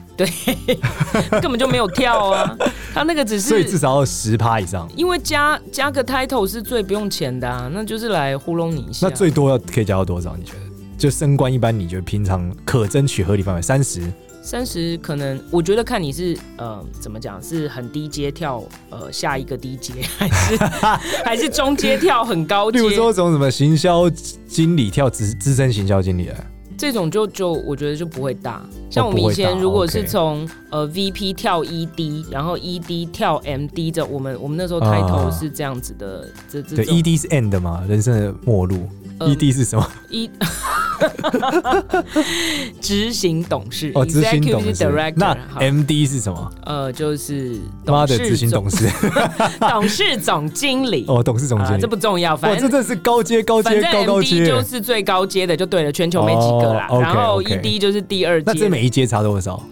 [SPEAKER 3] 根本就没有跳 啊。他那个只
[SPEAKER 2] 所以至
[SPEAKER 3] 是
[SPEAKER 2] 少要十趴以上。
[SPEAKER 3] 因为加加个 title 是最不用钱的、啊，那就是来糊弄你一下。
[SPEAKER 2] 那最多要可以加到多少？你觉得？就升官一般，你觉得平常可争取合理范围三十
[SPEAKER 3] 三十可能，我觉得看你是呃怎么讲，是很低阶跳呃下一个低阶，还 是还是中阶跳很高
[SPEAKER 2] 例
[SPEAKER 3] 阶，
[SPEAKER 2] 如说从什么行销经理跳资资深行销经理来，
[SPEAKER 3] 这种就就我觉得就不会大。像
[SPEAKER 2] 哦
[SPEAKER 3] 我们
[SPEAKER 2] 不会
[SPEAKER 3] 以
[SPEAKER 2] 大
[SPEAKER 3] 前如果是
[SPEAKER 2] OK
[SPEAKER 3] 从、呃 VP 跳 ED，然后 ED 跳 MD 这，我们我们那时候
[SPEAKER 2] 啊
[SPEAKER 3] title 是这样子的，这这
[SPEAKER 2] 对 E
[SPEAKER 3] 种
[SPEAKER 2] ，ED 是 end 嘛，人生的末路。
[SPEAKER 3] 嗯
[SPEAKER 2] ED 是什么？
[SPEAKER 3] 一 E 执行董事
[SPEAKER 2] 哦，执行董
[SPEAKER 3] executive
[SPEAKER 2] 事。
[SPEAKER 3] director，
[SPEAKER 2] 那
[SPEAKER 3] 好
[SPEAKER 2] MD 是什么？
[SPEAKER 3] 呃就是
[SPEAKER 2] 妈
[SPEAKER 3] 董
[SPEAKER 2] 的，
[SPEAKER 3] 事
[SPEAKER 2] 执行
[SPEAKER 3] 总
[SPEAKER 2] 董事。
[SPEAKER 3] 董事总经理。
[SPEAKER 2] 哦，董事总经
[SPEAKER 3] 啊，
[SPEAKER 2] 理
[SPEAKER 3] 这。不重要，
[SPEAKER 2] 哇，
[SPEAKER 3] 反
[SPEAKER 2] 这
[SPEAKER 3] 正
[SPEAKER 2] 真的是高阶、高
[SPEAKER 3] 反
[SPEAKER 2] 阶、
[SPEAKER 3] 正
[SPEAKER 2] 高高
[SPEAKER 3] MD
[SPEAKER 2] 阶。
[SPEAKER 3] 就是最高阶的，就对了，全球没几个啦。
[SPEAKER 2] 哦，OK，
[SPEAKER 3] 然后
[SPEAKER 2] OK
[SPEAKER 3] ED 就是第二
[SPEAKER 2] 那这
[SPEAKER 3] 阶，
[SPEAKER 2] 每一阶差多 少？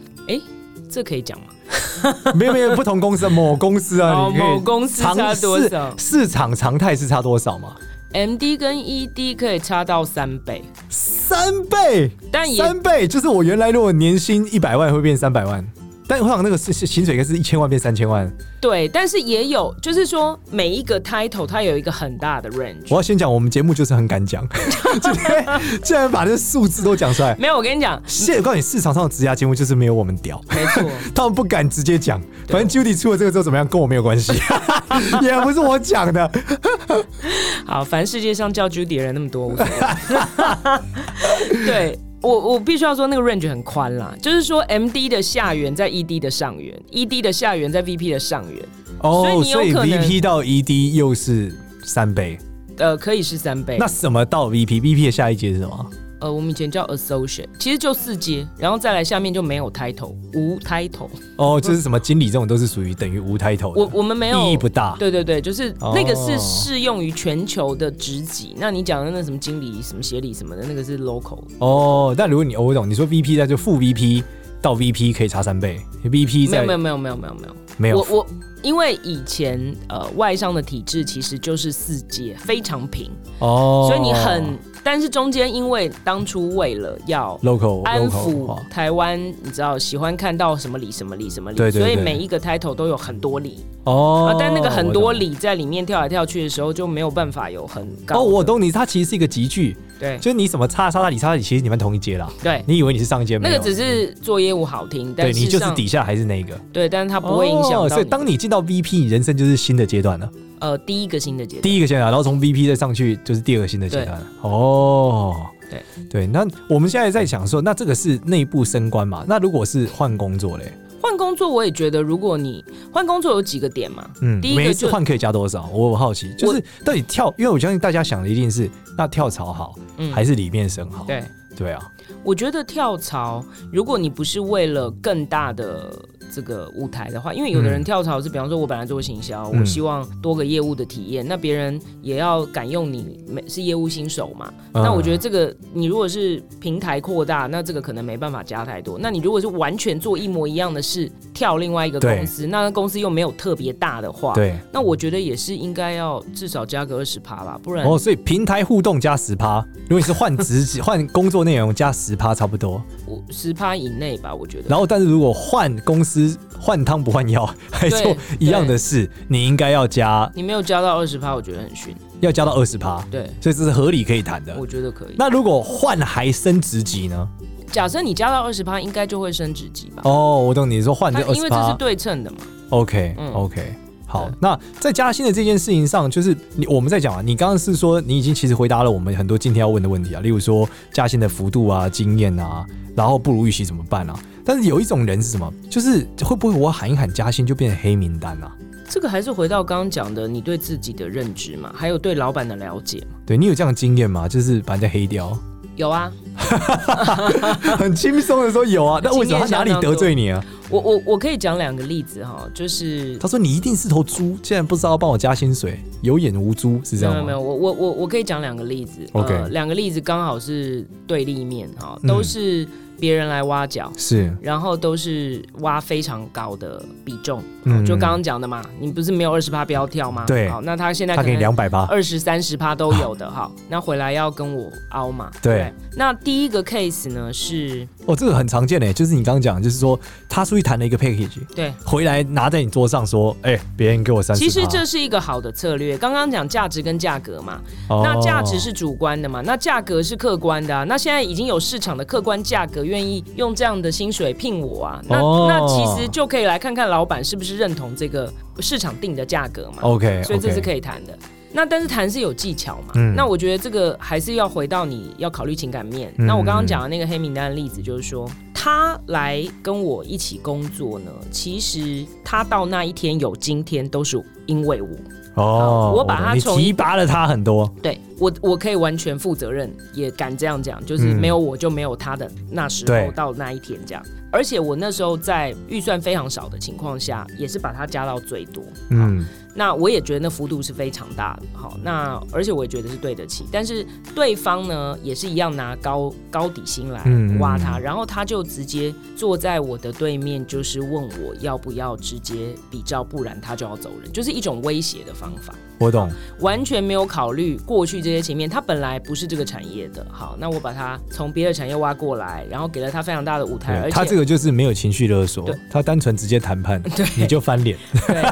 [SPEAKER 3] 这可以讲吗？
[SPEAKER 2] 没有没有，不同公司啊，某公司啊，
[SPEAKER 3] 哦
[SPEAKER 2] 你可以
[SPEAKER 3] 某公司差
[SPEAKER 2] 常
[SPEAKER 3] 多
[SPEAKER 2] 市
[SPEAKER 3] 少
[SPEAKER 2] 市场常态是差多少嘛？
[SPEAKER 3] MD 跟 ED 可以差到三倍，
[SPEAKER 2] 三倍，
[SPEAKER 3] 但也
[SPEAKER 2] 三倍就是我原来如果年薪一百万会变三百万，但我想那个是是薪水应该是一千万变三千万。
[SPEAKER 3] 对，但是也有，就是说每一个 title 它有一个很大的 range
[SPEAKER 2] 我。要先讲，我们节目就是很敢 讲，今天竟然把这数字都讲出来。
[SPEAKER 3] 没有，我跟你讲，
[SPEAKER 2] 现我告诉你，市场上的职涯节目就是没有我们屌。
[SPEAKER 3] 没错，
[SPEAKER 2] 他们不敢直接讲，反正 Judy 出了这个之后怎么样，跟我没有关系，也不是我讲的。
[SPEAKER 3] 好，反正世界上叫 Judy 的人那么 多，无所谓。对我，我必须要说那个 range 很宽啦，就是说 MD 的下缘在 ED 的上缘，ED 的下缘在 VP 的上缘，所以
[SPEAKER 2] 哦，
[SPEAKER 3] 你有
[SPEAKER 2] 所以
[SPEAKER 3] 可能
[SPEAKER 2] VP 到 ED 又是三倍，
[SPEAKER 3] 呃，可以是三倍。
[SPEAKER 2] 那什么到 VP？VP 的下一阶是什么？
[SPEAKER 3] 呃，我们以前叫 associate，其实就四阶，然后再来下面就没有 title，无 title。
[SPEAKER 2] 哦，就是什么经理这种都是属于等于无 title
[SPEAKER 3] 我
[SPEAKER 2] 的，
[SPEAKER 3] 我们没有
[SPEAKER 2] 意义不大。
[SPEAKER 3] 对对对，就是
[SPEAKER 2] 哦
[SPEAKER 3] 那个是适用于全球的职级。那你讲的那什么经理、什么协理什么的，那个是 local。
[SPEAKER 2] 哦，但如果你哦我懂，你说 VP 那就副 VP 到 VP 可以差三倍，VP
[SPEAKER 3] 没有
[SPEAKER 2] 在
[SPEAKER 3] 没有没有没有没有没有，
[SPEAKER 2] 没有
[SPEAKER 3] 我我因为以前呃外商的体制其实就是四阶非常平，
[SPEAKER 2] 哦，
[SPEAKER 3] 所以你很但是中间因为当初为了要
[SPEAKER 2] local
[SPEAKER 3] 安
[SPEAKER 2] local 哦的
[SPEAKER 3] 抚
[SPEAKER 2] 话，
[SPEAKER 3] 台湾，你知道喜欢看到什么里什么里什么里，
[SPEAKER 2] 对对
[SPEAKER 3] 所以
[SPEAKER 2] 对
[SPEAKER 3] 每一个 title 都有很多里、
[SPEAKER 2] 哦
[SPEAKER 3] 啊，，但那个很多
[SPEAKER 2] 我懂。
[SPEAKER 3] 里在里面跳来跳去的时候就没有办法有很高的
[SPEAKER 2] 哦，我懂你，它其实是一个集句，
[SPEAKER 3] 对
[SPEAKER 2] 就是你什么叉叉叉里叉叉里，其实你们同一阶啦。
[SPEAKER 3] 对，
[SPEAKER 2] 你以为你是上一阶，没
[SPEAKER 3] 那个
[SPEAKER 2] 有，
[SPEAKER 3] 只是做业务好听，但
[SPEAKER 2] 对你
[SPEAKER 3] 事实
[SPEAKER 2] 就是
[SPEAKER 3] 上
[SPEAKER 2] 底下还是那个，
[SPEAKER 3] 对，但是它不会影响到
[SPEAKER 2] 哦
[SPEAKER 3] 你、
[SPEAKER 2] 所以当你进到 VP，你人生就是新的阶段了，
[SPEAKER 3] 呃第一个新的阶段，
[SPEAKER 2] 第一个阶段，然后从 VP 再上去就是第二个新的阶段了。哦，
[SPEAKER 3] 对
[SPEAKER 2] 对，那我们现在在想说，那这个是内部升官嘛？那如果是换工作嘞，
[SPEAKER 3] 换工作我也觉得，如果你换工作有几个点嘛，
[SPEAKER 2] 嗯，
[SPEAKER 3] 第一个
[SPEAKER 2] 每一次
[SPEAKER 3] 就
[SPEAKER 2] 换可以加多少？我很好奇，就是到底跳，因为我相信大家想的一定是那跳槽好，
[SPEAKER 3] 嗯，
[SPEAKER 2] 还是里面升好？
[SPEAKER 3] 对。
[SPEAKER 2] 对啊，
[SPEAKER 3] 我觉得跳槽，如果你不是为了更大的这个舞台的话，因为有的人
[SPEAKER 2] 嗯
[SPEAKER 3] 跳槽是，比方说，我本来做行销，
[SPEAKER 2] 嗯
[SPEAKER 3] 我希望多个业务的体验，那别人也要敢用你，没是业务新手嘛。
[SPEAKER 2] 嗯
[SPEAKER 3] 那我觉得这个，你如果是平台扩大，那这个可能没办法加太多。那你如果是完全做一模一样的事，跳另外一个
[SPEAKER 2] 对
[SPEAKER 3] 公司，那公司又没有特别大的话，
[SPEAKER 2] 对
[SPEAKER 3] 那我觉得也是应该要至少加个二十趴吧，不然
[SPEAKER 2] 哦，所以平台互动加十趴，如果你是换 职级换工作内容加十趴差不多，
[SPEAKER 3] 我十趴以内吧，我觉得。
[SPEAKER 2] 然后但是如果换公司换汤不换药，还做一样的事，你应该要加
[SPEAKER 3] 你没有加到二十趴，我觉得很逊。
[SPEAKER 2] 要加到二十趴，
[SPEAKER 3] 对，
[SPEAKER 2] 所以这是合理可以谈的
[SPEAKER 3] 我。觉得可以。
[SPEAKER 2] 那如果换还升职级呢？
[SPEAKER 3] 假设你加到二十趴，应该就会升职级吧？
[SPEAKER 2] 哦，我懂你说换
[SPEAKER 3] 它
[SPEAKER 2] 这二
[SPEAKER 3] 因
[SPEAKER 2] 十
[SPEAKER 3] 为这
[SPEAKER 2] 趴
[SPEAKER 3] 是对称的嘛。
[SPEAKER 2] OK
[SPEAKER 3] 嗯
[SPEAKER 2] OK，好
[SPEAKER 3] 对，
[SPEAKER 2] 那在加薪的这件事情上，就是你我们在讲啊，你刚刚是说你已经其实回答了我们很多今天要问的问题啊，例如说加薪的幅度啊、经验啊，然后不如预期怎么办啊？但是有一种人是什么？就是会不会我喊一喊加薪就变成黑名单啊？
[SPEAKER 3] 这个还是回到刚刚讲的，你对自己的认知嘛，还有对老板的了解嘛。
[SPEAKER 2] 对你有这样的经验吗？就是把人家黑 掉，
[SPEAKER 3] 有啊，
[SPEAKER 2] 很轻松的说有啊，那为什么他哪里得罪你啊？
[SPEAKER 3] 我我我可以讲两个例子哈，就是
[SPEAKER 2] 他说你一定是头猪，竟然不知道帮我加薪水，有眼无珠是这
[SPEAKER 3] 没
[SPEAKER 2] 样
[SPEAKER 3] 有
[SPEAKER 2] 吗？
[SPEAKER 3] 没有，我我我我可以讲两个例子呃
[SPEAKER 2] OK
[SPEAKER 3] 两个例子刚好是对立面哈，
[SPEAKER 2] 嗯
[SPEAKER 3] 都是别人来挖角。
[SPEAKER 2] 是，
[SPEAKER 3] 然后都是挖非常高的比重，
[SPEAKER 2] 嗯
[SPEAKER 3] 就刚刚讲的嘛，你不是没有二十趴不要跳吗？
[SPEAKER 2] 对
[SPEAKER 3] 好，那他现在
[SPEAKER 2] 他
[SPEAKER 3] 可
[SPEAKER 2] 给你
[SPEAKER 3] 能
[SPEAKER 2] 两百八，
[SPEAKER 3] 二十三十趴都有的哈。那回来要跟我凹嘛？
[SPEAKER 2] 对
[SPEAKER 3] 不。那第一个 case 呢是，
[SPEAKER 2] 哦，这个很常见嘞，就是你刚刚讲，就是说他出去谈了一个 package，
[SPEAKER 3] 对，
[SPEAKER 2] 回来拿在你桌上说，哎、别人给我三十，
[SPEAKER 3] 其实这是一个好的策略。刚刚讲价值跟价格嘛，
[SPEAKER 2] 哦
[SPEAKER 3] 那价值是主观的嘛，那价格是客观的啊。那现在已经有市场的客观价格，愿意用这样的薪水聘我啊，那、
[SPEAKER 2] 哦
[SPEAKER 3] 那其实就可以来看看老板是不是认同这个市场定的价格嘛。
[SPEAKER 2] OK，
[SPEAKER 3] 所以这是
[SPEAKER 2] 以，
[SPEAKER 3] 可以谈的。那但是谈是有技巧嘛？
[SPEAKER 2] 嗯
[SPEAKER 3] 那我觉得这个还是要回到你要考虑情感面。
[SPEAKER 2] 嗯
[SPEAKER 3] 那我刚刚讲的那个黑名单的例子，就是说他来跟我一起工作呢，其实他到那一天有今天都是因为我，
[SPEAKER 2] 哦
[SPEAKER 3] 好，我把
[SPEAKER 2] 懂
[SPEAKER 3] 它
[SPEAKER 2] 你
[SPEAKER 3] 从
[SPEAKER 2] 提拔了他很多，
[SPEAKER 3] 对我我可以完全负责任，也敢这样讲，就是
[SPEAKER 2] 嗯
[SPEAKER 3] 没有我就没有他的那时
[SPEAKER 2] 对
[SPEAKER 3] 候到那一天这样。而且我那时候在预算非常少的情况下，也是把它加到最多。
[SPEAKER 2] 嗯，
[SPEAKER 3] 那我也觉得那幅度是非常大的，好，那而且我也觉得是对得起，但是对方呢也是一样拿高高底薪来
[SPEAKER 2] 嗯
[SPEAKER 3] 挖他，
[SPEAKER 2] 嗯
[SPEAKER 3] 然后他就直接坐在我的对面，就是问我要不要直接比照，不然他就要走人，就是一种威胁的方法，
[SPEAKER 2] 我懂，
[SPEAKER 3] 完全没有考虑过去这些情面，他本来不是这个产业的，好，那我把他从别的产业挖过来，然后给了他非常大的舞台，而
[SPEAKER 2] 对
[SPEAKER 3] 且
[SPEAKER 2] 他这个就是没有情绪勒索
[SPEAKER 3] 对，
[SPEAKER 2] 他单纯直接谈 判，你就翻脸，
[SPEAKER 3] 对，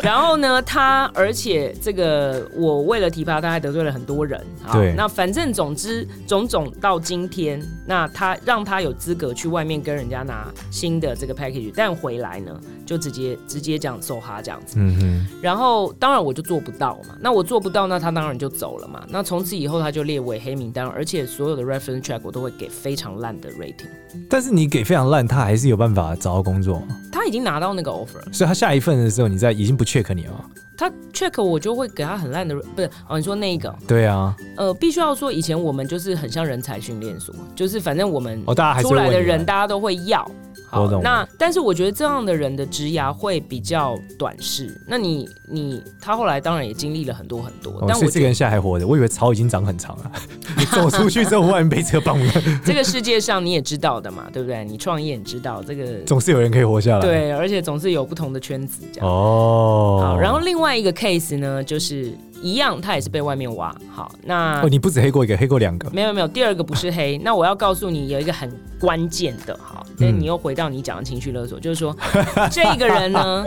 [SPEAKER 3] 然后呢，他而且这个我为了提拔他，还得罪了很多人。好
[SPEAKER 2] 对
[SPEAKER 3] 那反正总之种种到今天，那他让他有资格去外面跟人家拿新的这个 package，但回来呢，就直接直接这样受哈这样子。
[SPEAKER 2] 嗯哼，
[SPEAKER 3] 然后当然我就做不到嘛，那我做不到，那他当然就走了嘛。那从此以后他就列为黑名单，而且所有的 reference check 我都会给非常烂的 rating。
[SPEAKER 2] 但是你给非常烂，他还是有办法找到工作嘛，
[SPEAKER 3] 他已经拿到那个 offer，了
[SPEAKER 2] 所以他下一份的时候，你在已经不 check 你了嘛，
[SPEAKER 3] 他 check 我就会给他很烂的，不是哦，你说那一个哦。
[SPEAKER 2] 对啊，
[SPEAKER 3] 呃，必须要说，以前我们就是很像人才训练所，就是反正我们
[SPEAKER 2] 哦，大家还是
[SPEAKER 3] 出
[SPEAKER 2] 会
[SPEAKER 3] 来
[SPEAKER 2] 问
[SPEAKER 3] 的
[SPEAKER 2] 你
[SPEAKER 3] 人，
[SPEAKER 2] 嘛
[SPEAKER 3] 大家都会要。
[SPEAKER 2] 我懂
[SPEAKER 3] 那但是我觉得这样的人的职涯会比较短视。那你你他后来当然也经历了很多很多，
[SPEAKER 2] 哦，
[SPEAKER 3] 但
[SPEAKER 2] 所
[SPEAKER 3] 我
[SPEAKER 2] 以这
[SPEAKER 3] 觉
[SPEAKER 2] 个
[SPEAKER 3] 得
[SPEAKER 2] 人现在还活着，我以为草已经长很长了。 你走出去之后，忽然被车撞了，
[SPEAKER 3] 这个世界上你也知道的嘛，对不对？你创业你知道这个，
[SPEAKER 2] 总是有人可以活下来。，
[SPEAKER 3] 对，而且总是有不同的圈子这样。
[SPEAKER 2] 哦，
[SPEAKER 3] 好，然后另外一个 case 呢，就是一样，他也是被外面挖。好，那
[SPEAKER 2] 哦，你不止黑过一个，黑过两个。
[SPEAKER 3] 没有没有，第二个不是 黑。那我要告诉你有一个很关键的，好，那
[SPEAKER 2] 嗯
[SPEAKER 3] 你又回到你讲的情绪勒索，就是说 这一个 人呢，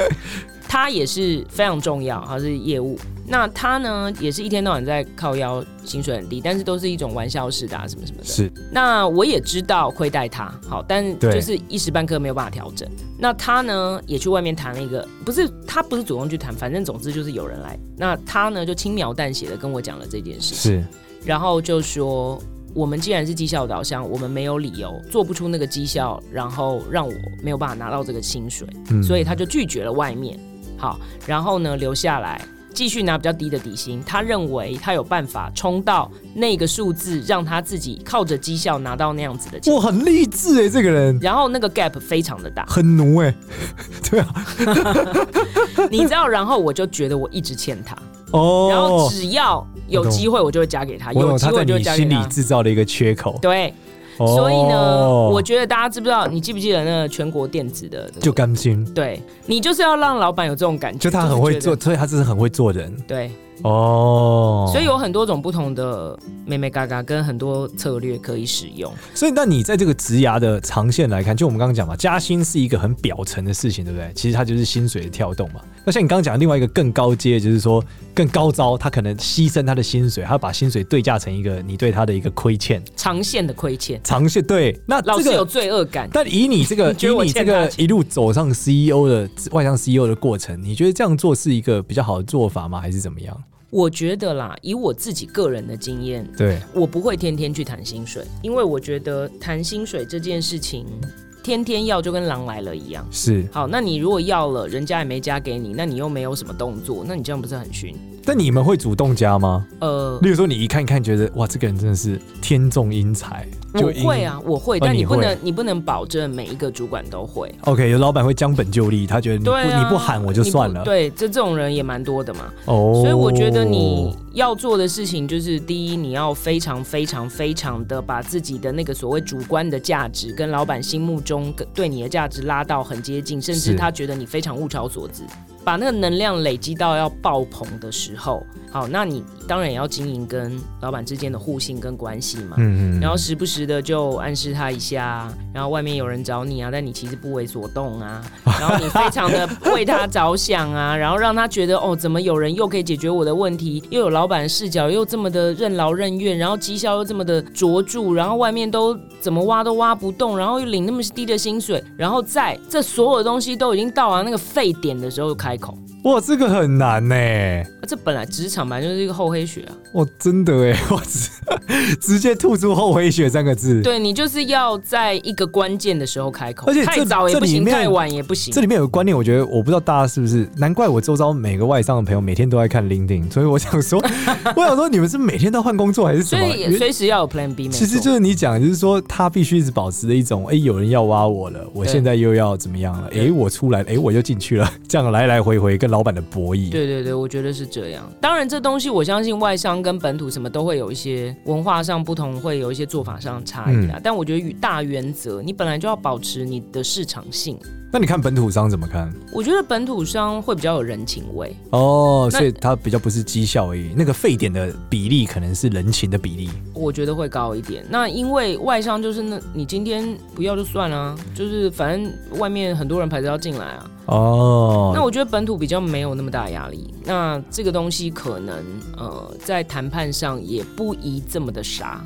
[SPEAKER 3] 他也是非常重要，他是业务。那他呢，也是一天到晚在靠腰，薪水很低，但是都是一种玩笑式的、啊、什么什么的。
[SPEAKER 2] 是，
[SPEAKER 3] 那我也知道亏待他，好，但
[SPEAKER 2] 对
[SPEAKER 3] 就是一时半刻没有办法调整。那他呢，也去外面谈了一个，不是他不是主动去谈，反正总之就是有人来。那他呢，就轻描淡写的跟我讲了这件事情，
[SPEAKER 2] 是，
[SPEAKER 3] 然后就说，我们既然是绩效导向，我们没有理由做不出那个绩效，然后让我没有办法拿到这个薪水，
[SPEAKER 2] 嗯
[SPEAKER 3] 所以他就拒绝了外面。好，然后呢，留下来。继续拿比较低的底薪，他认为他有办法冲到那个数字，让他自己靠着绩效拿到那样子的钱。
[SPEAKER 2] 哇，很励志哎，这个人，
[SPEAKER 3] 然后那个 gap 非常的大
[SPEAKER 2] 很奴哎，对啊，
[SPEAKER 3] 你知道，然后我就觉得我一直欠他，
[SPEAKER 2] 哦，
[SPEAKER 3] 然后只要有机会我就会加给他，
[SPEAKER 2] 我
[SPEAKER 3] 有
[SPEAKER 2] 懂，
[SPEAKER 3] 机
[SPEAKER 2] 他
[SPEAKER 3] 会
[SPEAKER 2] 在
[SPEAKER 3] 我就会
[SPEAKER 2] 你
[SPEAKER 3] 加给
[SPEAKER 2] 心里
[SPEAKER 3] 他。
[SPEAKER 2] 制造了一个缺口，
[SPEAKER 3] 对，
[SPEAKER 2] 哦
[SPEAKER 3] 所以呢，我觉得大家知不知道？你记不记得那个全国电子的？
[SPEAKER 2] 就甘心，
[SPEAKER 3] 对你就是要让老板有这种感觉，
[SPEAKER 2] 就他
[SPEAKER 3] 是
[SPEAKER 2] 很会
[SPEAKER 3] 觉得
[SPEAKER 2] 做，。所以他真的很会做人
[SPEAKER 3] 对，
[SPEAKER 2] 哦。
[SPEAKER 3] 所以有很多种不同的妹妹嘎嘎跟很多策略可以使用。
[SPEAKER 2] 所以，那你在这个职涯的长线来看，就我们刚刚讲嘛，加薪是一个很表层的事情，对不对？其实它就是薪水的跳动嘛。那像你刚刚讲的另外一个更高阶，就是说更高招，他可能牺牲他的薪水，他把薪水对价成一个你对他的一个亏欠。
[SPEAKER 3] 长线的亏欠，
[SPEAKER 2] 长线对，那
[SPEAKER 3] 老
[SPEAKER 2] 这
[SPEAKER 3] 是
[SPEAKER 2] 个，
[SPEAKER 3] 有罪恶感。
[SPEAKER 2] 但以你这个，
[SPEAKER 3] 你觉得
[SPEAKER 2] 以
[SPEAKER 3] 我
[SPEAKER 2] 你这
[SPEAKER 3] 欠他
[SPEAKER 2] 个
[SPEAKER 3] 钱
[SPEAKER 2] 一路走上 CEO 的外向 CEO E 的过程，你觉得这样做是一个比较好的做法吗？还是怎么样？
[SPEAKER 3] 我觉得啦，以我自己个人的经验，
[SPEAKER 2] 对，
[SPEAKER 3] 我不会天天去谈薪水，因为我觉得谈薪水这件事情，天天要就跟狼来了一样。
[SPEAKER 2] 是。
[SPEAKER 3] 好，那你如果要了，人家也没加给你，那你又没有什么动作，那你这样不是很逊？
[SPEAKER 2] 但你们会主动加吗？
[SPEAKER 3] 呃，
[SPEAKER 2] 例如说，你一看看觉得哇，这个人真的是天纵英才，
[SPEAKER 3] 我
[SPEAKER 2] 就因
[SPEAKER 3] 会啊，我会，
[SPEAKER 2] 哦
[SPEAKER 3] 但
[SPEAKER 2] 你
[SPEAKER 3] 你不
[SPEAKER 2] 会
[SPEAKER 3] 能，你不能保证每一个主管都会。
[SPEAKER 2] OK，有老板会将本就利，他觉得你不、
[SPEAKER 3] 对啊，
[SPEAKER 2] 你不喊我就
[SPEAKER 3] 你不
[SPEAKER 2] 算了。
[SPEAKER 3] 对，这这种人也蛮多的嘛。
[SPEAKER 2] 哦
[SPEAKER 3] 所以我觉得你要做的事情就是，第一，你要非常非常非常的把自己的那个所谓主观的价值跟老板心目中跟对你的价值拉到很接近，甚
[SPEAKER 2] 是
[SPEAKER 3] 至他觉得你非常物超所值，把那个能量累积到要爆棚的时候，好，那你当然也要经营跟老板之间的互信跟关系嘛。
[SPEAKER 2] 嗯嗯，
[SPEAKER 3] 然后时不时的就暗示他一下，啊然后外面有人找你啊，但你其实不为所动啊， 然后你非常的为他着想啊，然后让他觉得哦，怎么有人又可以解决我的问题，又有老板视角，又这么的任劳任怨，然后绩效又这么的卓著，然后外面都怎么挖都挖不动，然后又领那么低的薪水，然后在这所有的东西都已经到达那个沸点的时候开口，
[SPEAKER 2] 哇，这个很难呢、
[SPEAKER 3] 啊、这本来职场本来就是一个厚黑学啊。
[SPEAKER 2] 哇，真的哎，我直直接吐出后悔血三个字。，
[SPEAKER 3] 对你就是要在一个关键的时候开口，
[SPEAKER 2] 而且这
[SPEAKER 3] 太早也不
[SPEAKER 2] 这里
[SPEAKER 3] 行，
[SPEAKER 2] 面
[SPEAKER 3] 太晚也不行
[SPEAKER 2] 这。里面有个观念，我觉得我不知道大家是不是，难怪我周遭每个外商的朋友每天都在看 LinkedIn，所以我想 说，我想说你们是每天都换工作还是什
[SPEAKER 3] 所
[SPEAKER 2] 么？
[SPEAKER 3] 以随时要有 Plan B，没
[SPEAKER 2] 其实
[SPEAKER 3] 错
[SPEAKER 2] 就是你讲，就是说他必须一直保持着一种，哎、有人要挖我了，我
[SPEAKER 3] 对
[SPEAKER 2] 现在又要怎么样了？哎、
[SPEAKER 3] 对
[SPEAKER 2] 我出来了，哎、我又进去了， 这样来来回回跟老板的博弈。
[SPEAKER 3] 对对对，我觉得是这样。当然，这东西我相信外商跟本土什么都会有一些文化上不同，会有一些做法上的差
[SPEAKER 2] 嗯
[SPEAKER 3] 异啦。啊但我觉得与大原则，你本来就要保持你的市场性。
[SPEAKER 2] 那你看本土商怎么看？
[SPEAKER 3] 我觉得本土商会比较有人情味，
[SPEAKER 2] 哦，
[SPEAKER 3] 那
[SPEAKER 2] 所以它比较不是绩效而已，那个沸点的比例可能是人情的比例。
[SPEAKER 3] 我觉得会高一点。那因为外商就是那，你今天不要就算啦、就是反正外面很多人排着要进来啊。
[SPEAKER 2] 哦，
[SPEAKER 3] 那我觉得本土比较没有那么大压力，那这个东西可能呃在谈判上也不宜这么的杀，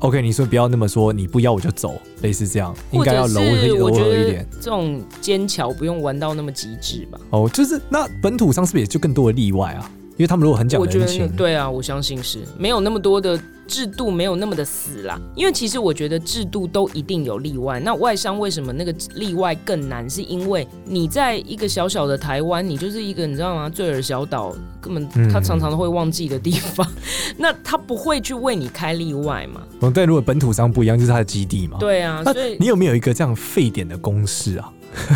[SPEAKER 2] OK，你说不要那么说，你不要我就走，类似这样，应
[SPEAKER 3] 或
[SPEAKER 2] 该要
[SPEAKER 3] 者
[SPEAKER 2] 柔
[SPEAKER 3] 是
[SPEAKER 2] 柔
[SPEAKER 3] 我觉
[SPEAKER 2] 和一
[SPEAKER 3] 得
[SPEAKER 2] 点。
[SPEAKER 3] 这种奸巧不用玩到那么极致吧。
[SPEAKER 2] 哦，就是那本土商是不是也就更多的例外啊？因为他们如果很讲
[SPEAKER 3] 我觉
[SPEAKER 2] 人
[SPEAKER 3] 得
[SPEAKER 2] 情，
[SPEAKER 3] 对啊，我相信是没有那么多的制度，没有那么的死啦。因为其实我觉得制度都一定有例外。那外商为什么那个例外更难？是因为你在一个小小的台湾，你就是一个你知道吗？醉尔小岛根
[SPEAKER 2] 嗯
[SPEAKER 3] 本他常常都会忘记的地方， 那他不会去为你开例外嘛？
[SPEAKER 2] 哦但如果本土商不一样，就是它的基地嘛。，
[SPEAKER 3] 对啊，
[SPEAKER 2] 那
[SPEAKER 3] 所以
[SPEAKER 2] 你有没有一个这样沸点的公式啊？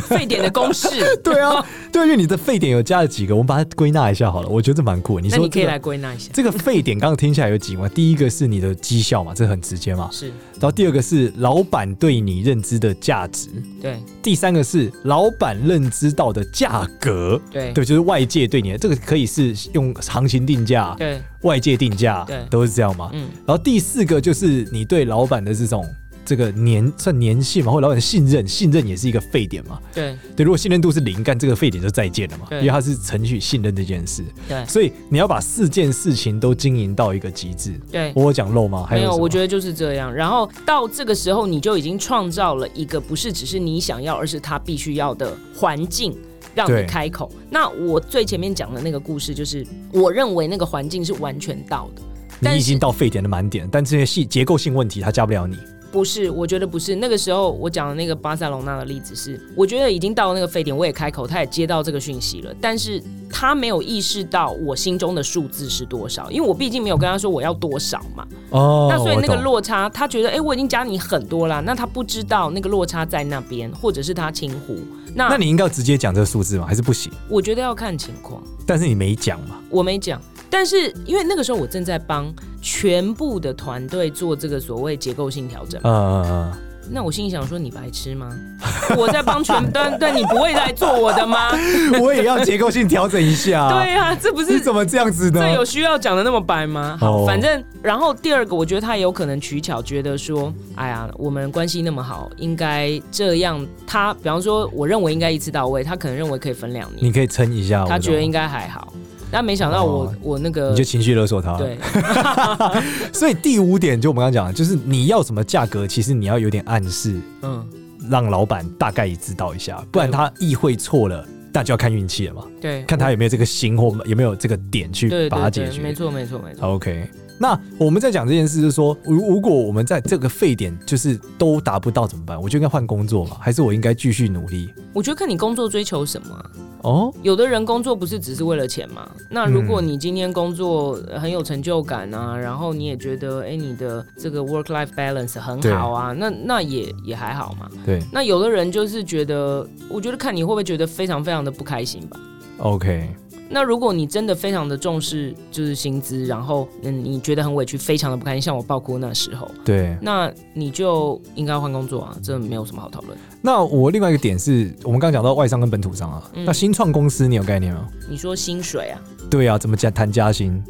[SPEAKER 3] 沸点的公式。
[SPEAKER 2] 对啊，对，因为你的沸点有加了几个，我们把它归纳一下好了。我觉得这蛮酷的。你
[SPEAKER 3] 那
[SPEAKER 2] 说、这
[SPEAKER 3] 你可以
[SPEAKER 2] 个
[SPEAKER 3] 来归纳一下，
[SPEAKER 2] 这个沸点刚刚听起来有几个嘛？第一个是你的绩效嘛，这很直接嘛。
[SPEAKER 3] 是
[SPEAKER 2] 然后第二个是老板对你认知的价值，
[SPEAKER 3] 对
[SPEAKER 2] 第三个是老板认知到的价格。
[SPEAKER 3] 对
[SPEAKER 2] 对，就是外界对你的这个可以是用行情定价、
[SPEAKER 3] 对，
[SPEAKER 2] 外界定价，
[SPEAKER 3] 对
[SPEAKER 2] 都是这样嘛。
[SPEAKER 3] 嗯，
[SPEAKER 2] 然后第四个就是你对老板的这种这个粘算粘性嘛，或者老板的信任，信任也是一个沸点嘛。
[SPEAKER 3] 对
[SPEAKER 2] 对，如果信任度是零，干这个沸点就再见了嘛，因
[SPEAKER 3] 对
[SPEAKER 2] 为它是程序信任这件事。
[SPEAKER 3] 对
[SPEAKER 2] 所以你要把四件事情都经营到一个极致。
[SPEAKER 3] 对。
[SPEAKER 2] 我有讲漏吗？还
[SPEAKER 3] 没有，我觉
[SPEAKER 2] 得
[SPEAKER 3] 得就是这样。然后到这个时候，你就已经创造了一个不是只是你想要，而是他必须要的环境。让
[SPEAKER 2] 对
[SPEAKER 3] 你开口。那我最前面讲的那个故事，就是我认为那个环境是完全到的，
[SPEAKER 2] 你
[SPEAKER 3] 但
[SPEAKER 2] 已经
[SPEAKER 3] 是
[SPEAKER 2] 到沸点的满点，但这些系结构性问题它加不了你。
[SPEAKER 3] 不是，我觉得不是。那个时候我讲的那个巴塞隆纳的例子是，我觉得已经到了那个沸点，我也开口，他也接到这个讯息了，但是他没有意识到我心中的数字是多少，因为我毕竟没有跟他说我要多少嘛。
[SPEAKER 2] 哦，
[SPEAKER 3] 那所以那个
[SPEAKER 2] 我懂
[SPEAKER 3] 落差，他觉得哎、诶我已经加你很多啦，那他不知道那个落差在那边，或者是他轻忽。那
[SPEAKER 2] 那你应该要直接讲这个数字吗？还是不行？
[SPEAKER 3] 我觉得要看情况，
[SPEAKER 2] 但是你没讲嘛。
[SPEAKER 3] 我没讲。但是因为那个时候我正在帮全部的团队做这个所谓结构性调整，
[SPEAKER 2] 嗯嗯嗯 嗯。
[SPEAKER 3] 那我心里想说你白痴吗？我在帮全 但但你不会来做我 的吗？
[SPEAKER 2] 我也要结构性调整一下。
[SPEAKER 3] 对啊，这不
[SPEAKER 2] 你
[SPEAKER 3] 是
[SPEAKER 2] 怎么这样子呢？
[SPEAKER 3] 这有需要讲的那么白吗？好，
[SPEAKER 2] 哦
[SPEAKER 3] 反正然后第二个，我觉得他也有可能取巧，觉得说，哎呀，我们关系那么好，应该这样。他比方说，我认为应该一次到位，他可能认为可以分两年，
[SPEAKER 2] 你可以撑一下。
[SPEAKER 3] 他
[SPEAKER 2] 我
[SPEAKER 3] 觉得
[SPEAKER 2] 懂
[SPEAKER 3] 应该还好，但没想到我、
[SPEAKER 2] 哦
[SPEAKER 3] 我那个
[SPEAKER 2] 你就情绪勒索他。，
[SPEAKER 3] 对
[SPEAKER 2] 所以第五点就我们刚刚讲的，就是你要什么价格，其实你要有点暗示，
[SPEAKER 3] 嗯
[SPEAKER 2] 让老板大概知道一下，不然他意会错了，那就要看运气了嘛，
[SPEAKER 3] 对，
[SPEAKER 2] 看他有没有这个心或有没有这个点去
[SPEAKER 3] 对
[SPEAKER 2] 把它
[SPEAKER 3] 对
[SPEAKER 2] 解
[SPEAKER 3] 对，
[SPEAKER 2] 决。
[SPEAKER 3] 没错没错没错，
[SPEAKER 2] OK，那我们在讲这件事，就是说，如如果我们在这个沸点就是都达不到怎么办？我就应该换工作嘛，还是我应该继续努力？
[SPEAKER 3] 我觉得看你工作追求什么啊、
[SPEAKER 2] 哦，
[SPEAKER 3] 有的人工作不是只是为了钱嘛？那如果
[SPEAKER 2] 嗯
[SPEAKER 3] 你今天工作呃很有成就感啊，然后你也觉得哎、诶你的这个 work life balance 很好啊，那那也也还好嘛。
[SPEAKER 2] 对
[SPEAKER 3] 那有的人就是觉得，我觉得看你会不会觉得非常非常的不开心吧。
[SPEAKER 2] ，OK，
[SPEAKER 3] 那如果你真的非常的重视就是薪资，然后嗯你觉得很委屈，非常的不开心，像我爆哭那时候，
[SPEAKER 2] 对。
[SPEAKER 3] 那你就应该换工作啊，这没有什么好讨论。
[SPEAKER 2] 那我另外一个点是我们刚刚讲到外商跟本土商啊，
[SPEAKER 3] 嗯
[SPEAKER 2] 那新创公司你有概念吗？
[SPEAKER 3] 你说薪水啊，
[SPEAKER 2] 对啊，怎么加谈加薪？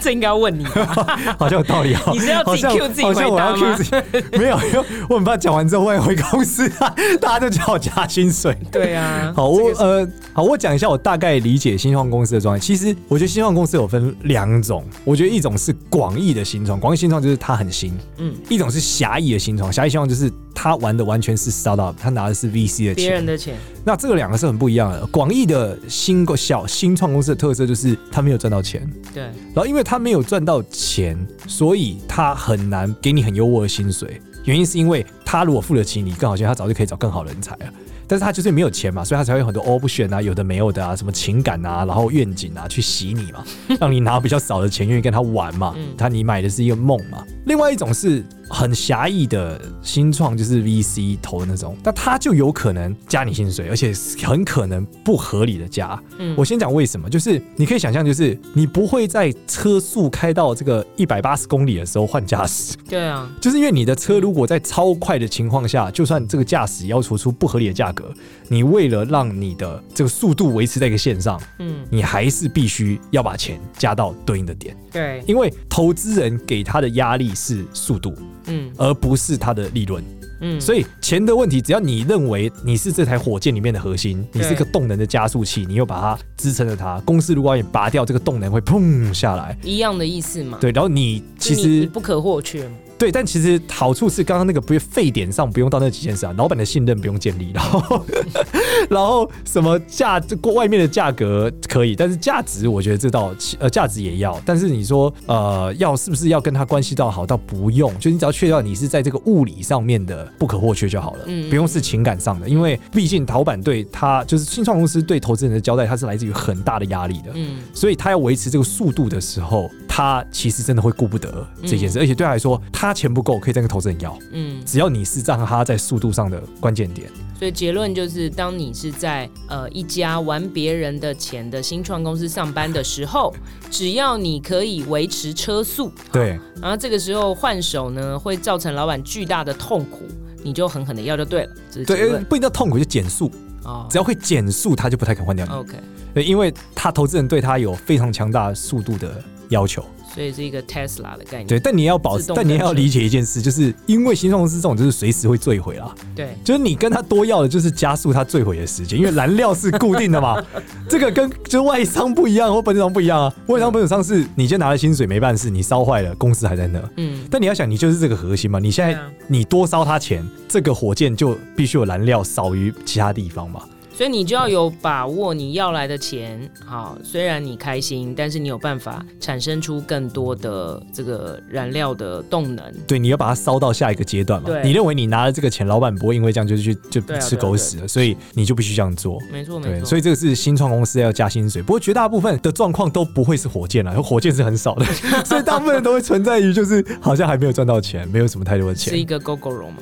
[SPEAKER 3] 这应该要问你吧，
[SPEAKER 2] 好像有道理哦。
[SPEAKER 3] 你是要
[SPEAKER 2] 好
[SPEAKER 3] 自己
[SPEAKER 2] 像
[SPEAKER 3] Q 自己
[SPEAKER 2] 好
[SPEAKER 3] 回
[SPEAKER 2] 像我
[SPEAKER 3] 答
[SPEAKER 2] 要 Q
[SPEAKER 3] 吗
[SPEAKER 2] 自？己， 没有，因为我很怕讲完之后万一回公司 啊，大家就叫我加薪水。
[SPEAKER 3] 对啊，
[SPEAKER 2] 好，我呃，好，我讲一下我大概理解新创公司的状态。其实我觉得新创公司有分两种，我觉得一种是广义的新创，广义新创就是它很新；
[SPEAKER 3] 嗯。
[SPEAKER 2] 一种是狭义的新创，狭义新创就是它玩的完全是 startup，它拿的是 VC 的
[SPEAKER 3] 别
[SPEAKER 2] 钱
[SPEAKER 3] 人。的钱，
[SPEAKER 2] 那这个两个是很不一样的。广义的新小新创公司的特色就是它没有赚到钱，
[SPEAKER 3] 对
[SPEAKER 2] 然后因为他没有赚到钱，所以他很难给你很优渥的薪水。原因是因为他如果付得起你更好钱，他早就可以找更好人才了。但是他就是没有钱嘛，所以他才会有很多 option 啊，有的没有的啊，什么情感啊，然后愿景啊，去洗你嘛，让你拿比较少的钱，愿意跟他玩嘛
[SPEAKER 3] 嗯。
[SPEAKER 2] 他你买的是一个梦嘛。另外一种是很狭义的新创，就是 VC 投的那种，那他就有可能加你薪水，而且很可能不合理的加。
[SPEAKER 3] 嗯
[SPEAKER 2] 我先讲为什么，就是你可以想象，就是你不会在车速开到这个一百八十公里的时候换驾驶，
[SPEAKER 3] 对啊，
[SPEAKER 2] 就是因为你的车如果在超快的情况下，就算这个驾驶要求出不合理的价格，你为了让你的这个速度维持在一个线上，
[SPEAKER 3] 嗯，
[SPEAKER 2] 你还是必须要把钱加到对应的点，
[SPEAKER 3] 对，
[SPEAKER 2] 因为投资人给他的压力是速度，
[SPEAKER 3] 嗯
[SPEAKER 2] 而不是他的利润。
[SPEAKER 3] 嗯，
[SPEAKER 2] 所以钱的问题，只要你认为你是这台火箭里面的核心，你
[SPEAKER 3] 对
[SPEAKER 2] 是一个动能的加速器，你又把它支撑着它。公司如果把你拔掉，这个动能会砰下来。
[SPEAKER 3] 一样的意思嘛。
[SPEAKER 2] 对，然后你
[SPEAKER 3] 就
[SPEAKER 2] 其
[SPEAKER 3] 你，你
[SPEAKER 2] 实
[SPEAKER 3] 不可或缺嘛。
[SPEAKER 2] 对，但其实好处是刚刚那个不是沸点上不用到那几件事啊，老板的信任不用建立，然后 然后什么价这过外面的价格可以，但是价值我觉得这道呃价值也要，但是你说呃要是不是要跟他关系到好到不用，就你只要确认你是在这个物理上面的不可或缺就好了，
[SPEAKER 3] 嗯
[SPEAKER 2] 不用是情感上的，因为毕竟老板对他就是新创公司对投资人的交代，他是来自于很大的压力的，
[SPEAKER 3] 嗯，
[SPEAKER 2] 所以他要维持这个速度的时候，他其实真的会顾不得这件事，而且对他来说，他钱不够可以再跟投资人要，
[SPEAKER 3] 嗯，
[SPEAKER 2] 只要你是让他在速度上的关键点，
[SPEAKER 3] 所以结论就是，当你是在呃一家玩别人的钱的新创公司上班的时候，只要你可以维持车速，
[SPEAKER 2] 对，
[SPEAKER 3] 然后这个时候换手呢，会造成老板巨大的痛苦，你就狠狠的要就对了，这是结
[SPEAKER 2] 对，呃
[SPEAKER 3] 论
[SPEAKER 2] 不一定要痛苦就减速，
[SPEAKER 3] 哦
[SPEAKER 2] 只。要会减速，他就不太肯换掉你，
[SPEAKER 3] OK，
[SPEAKER 2] 对，因为他投资人对他有非常强大的速度的要求，
[SPEAKER 3] 所以是一个 Tesla 的概念。
[SPEAKER 2] 对，但你要保
[SPEAKER 3] 嗯自，动
[SPEAKER 2] 但你
[SPEAKER 3] 跟
[SPEAKER 2] 要
[SPEAKER 3] 车
[SPEAKER 2] 理解一件事，就是因为新创公司这种就是随时会坠毁啦，
[SPEAKER 3] 对
[SPEAKER 2] 就是你跟他多要的就是加速他坠毁的时间，因为燃料是固定的 嘛，这个跟就是外商不一样或本土商不一样啊，外商本土商是你今天拿了薪水没办事，你烧坏了，公司还在那。
[SPEAKER 3] 嗯，
[SPEAKER 2] 但你要想，你就是这个核心嘛。你现在
[SPEAKER 3] 对啊
[SPEAKER 2] 你多烧他钱，这个火箭就必须有燃料少于其他地方嘛。
[SPEAKER 3] 所以你就要有把握你要来的钱，好，虽然你开心，但是你有办法产生出更多的这个燃料的动能。
[SPEAKER 2] 对，你要把它烧到下一个阶段嘛
[SPEAKER 3] 对。
[SPEAKER 2] 你认为你拿了这个钱，老板不会因为这样就去就
[SPEAKER 3] 对啊
[SPEAKER 2] 吃狗屎了，所以你就必须这样做。
[SPEAKER 3] 没错，没
[SPEAKER 2] 对，
[SPEAKER 3] 错。
[SPEAKER 2] 所以这个是新创公司要加薪水，不过绝大部分的状况都不会是火箭了，火箭是很少的， 所以大部分都会存在于就是好像还没有赚到钱，没有什么太多的
[SPEAKER 3] 是一
[SPEAKER 2] 钱。
[SPEAKER 3] 个 GoGo 肉嘛？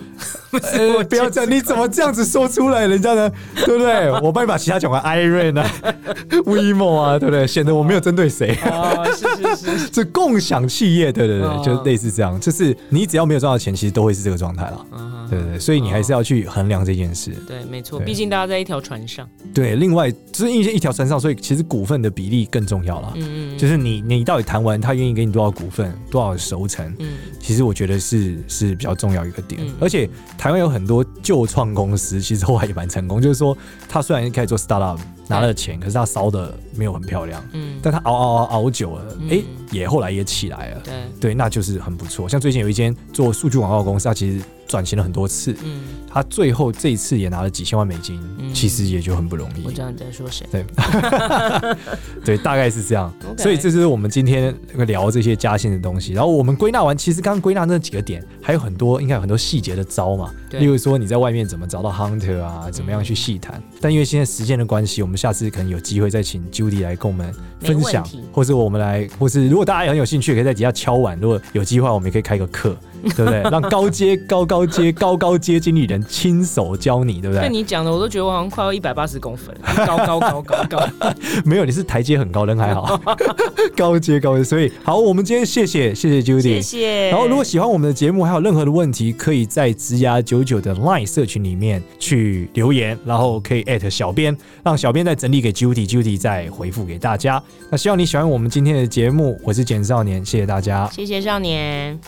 [SPEAKER 2] 呃，不要这样，你怎么这样子说出来，人家呢，对不对？我帮你把其他讲完，Iron 啊，WeMo 啊，对不对？显得我没有针对谁。
[SPEAKER 3] 哦，是是是。
[SPEAKER 2] 是共享企业，对对对，
[SPEAKER 3] 哦
[SPEAKER 2] 就类似这样，就是你只要没有赚到钱，其实都会是这个状态了。
[SPEAKER 3] 嗯
[SPEAKER 2] 对对对，所以你还是要去衡量这件事。
[SPEAKER 3] 对，没错，
[SPEAKER 2] 对
[SPEAKER 3] 毕竟大家在一条船上。
[SPEAKER 2] 对，另外就是因为一条船上，所以其实股份的比例更重要了。
[SPEAKER 3] 嗯嗯
[SPEAKER 2] 就是你你到底谈完，他愿意给你多少股份，多少熟成，
[SPEAKER 3] 嗯，
[SPEAKER 2] 其实我觉得是是比较重要一个点。
[SPEAKER 3] 嗯
[SPEAKER 2] 而且台湾有很多旧创公司，其实后来也蛮成功，就是说他虽然一开始做 startup 拿了钱，可是他烧的没有很漂亮，
[SPEAKER 3] 嗯
[SPEAKER 2] 但他熬熬熬熬久了，
[SPEAKER 3] 嗯
[SPEAKER 2] 哎、也后来也起来了。
[SPEAKER 3] 对，
[SPEAKER 2] 对，那就是很不错。像最近有一间做数据广告的公司，它其实转型了很多次，
[SPEAKER 3] 嗯，
[SPEAKER 2] 他最后这一次也拿了几千万美金，
[SPEAKER 3] 嗯
[SPEAKER 2] 其实也就很不容
[SPEAKER 3] 我
[SPEAKER 2] 易
[SPEAKER 3] 知。道你在说谁。
[SPEAKER 2] 对，大概是这样。
[SPEAKER 3] OK
[SPEAKER 2] 所以这就是我们今天聊这些嘉兴的东西。然后我们归纳完，其实刚刚归纳那几个点，还有很多应该有很多细节的招嘛，
[SPEAKER 3] 对
[SPEAKER 2] 例如说你在外面怎么找到 hunter 啊，怎么样去细谈。但因为现在时间的关系，我们下次可能有机会再请 Judy 来跟我们分享
[SPEAKER 3] 没问题，
[SPEAKER 2] 或是我们来，或是如果大家也很有兴趣，可以在底下敲碗。如果有计划，我们也可以开个 课，对不对？让高阶、高高阶、高高阶经理人亲手教你，对不对
[SPEAKER 3] 被？你讲的，我都觉得我好像快要一百八十公分， 高高高高高。
[SPEAKER 2] 没有，你是台阶很高，人还好，高阶高阶。所以好，我们今天谢谢谢谢 Judy，
[SPEAKER 3] 谢谢。
[SPEAKER 2] 然后，如果喜欢我们的节目，还有任何的问题，可以在植牙九九的 LINE 社群里面去留言，然后可以 at 小编，让小编再整理给 Judy，Judy 再回复给大家。那希望你喜欢我们今天的节目，我是简少年，谢谢大家。
[SPEAKER 3] 谢谢少年。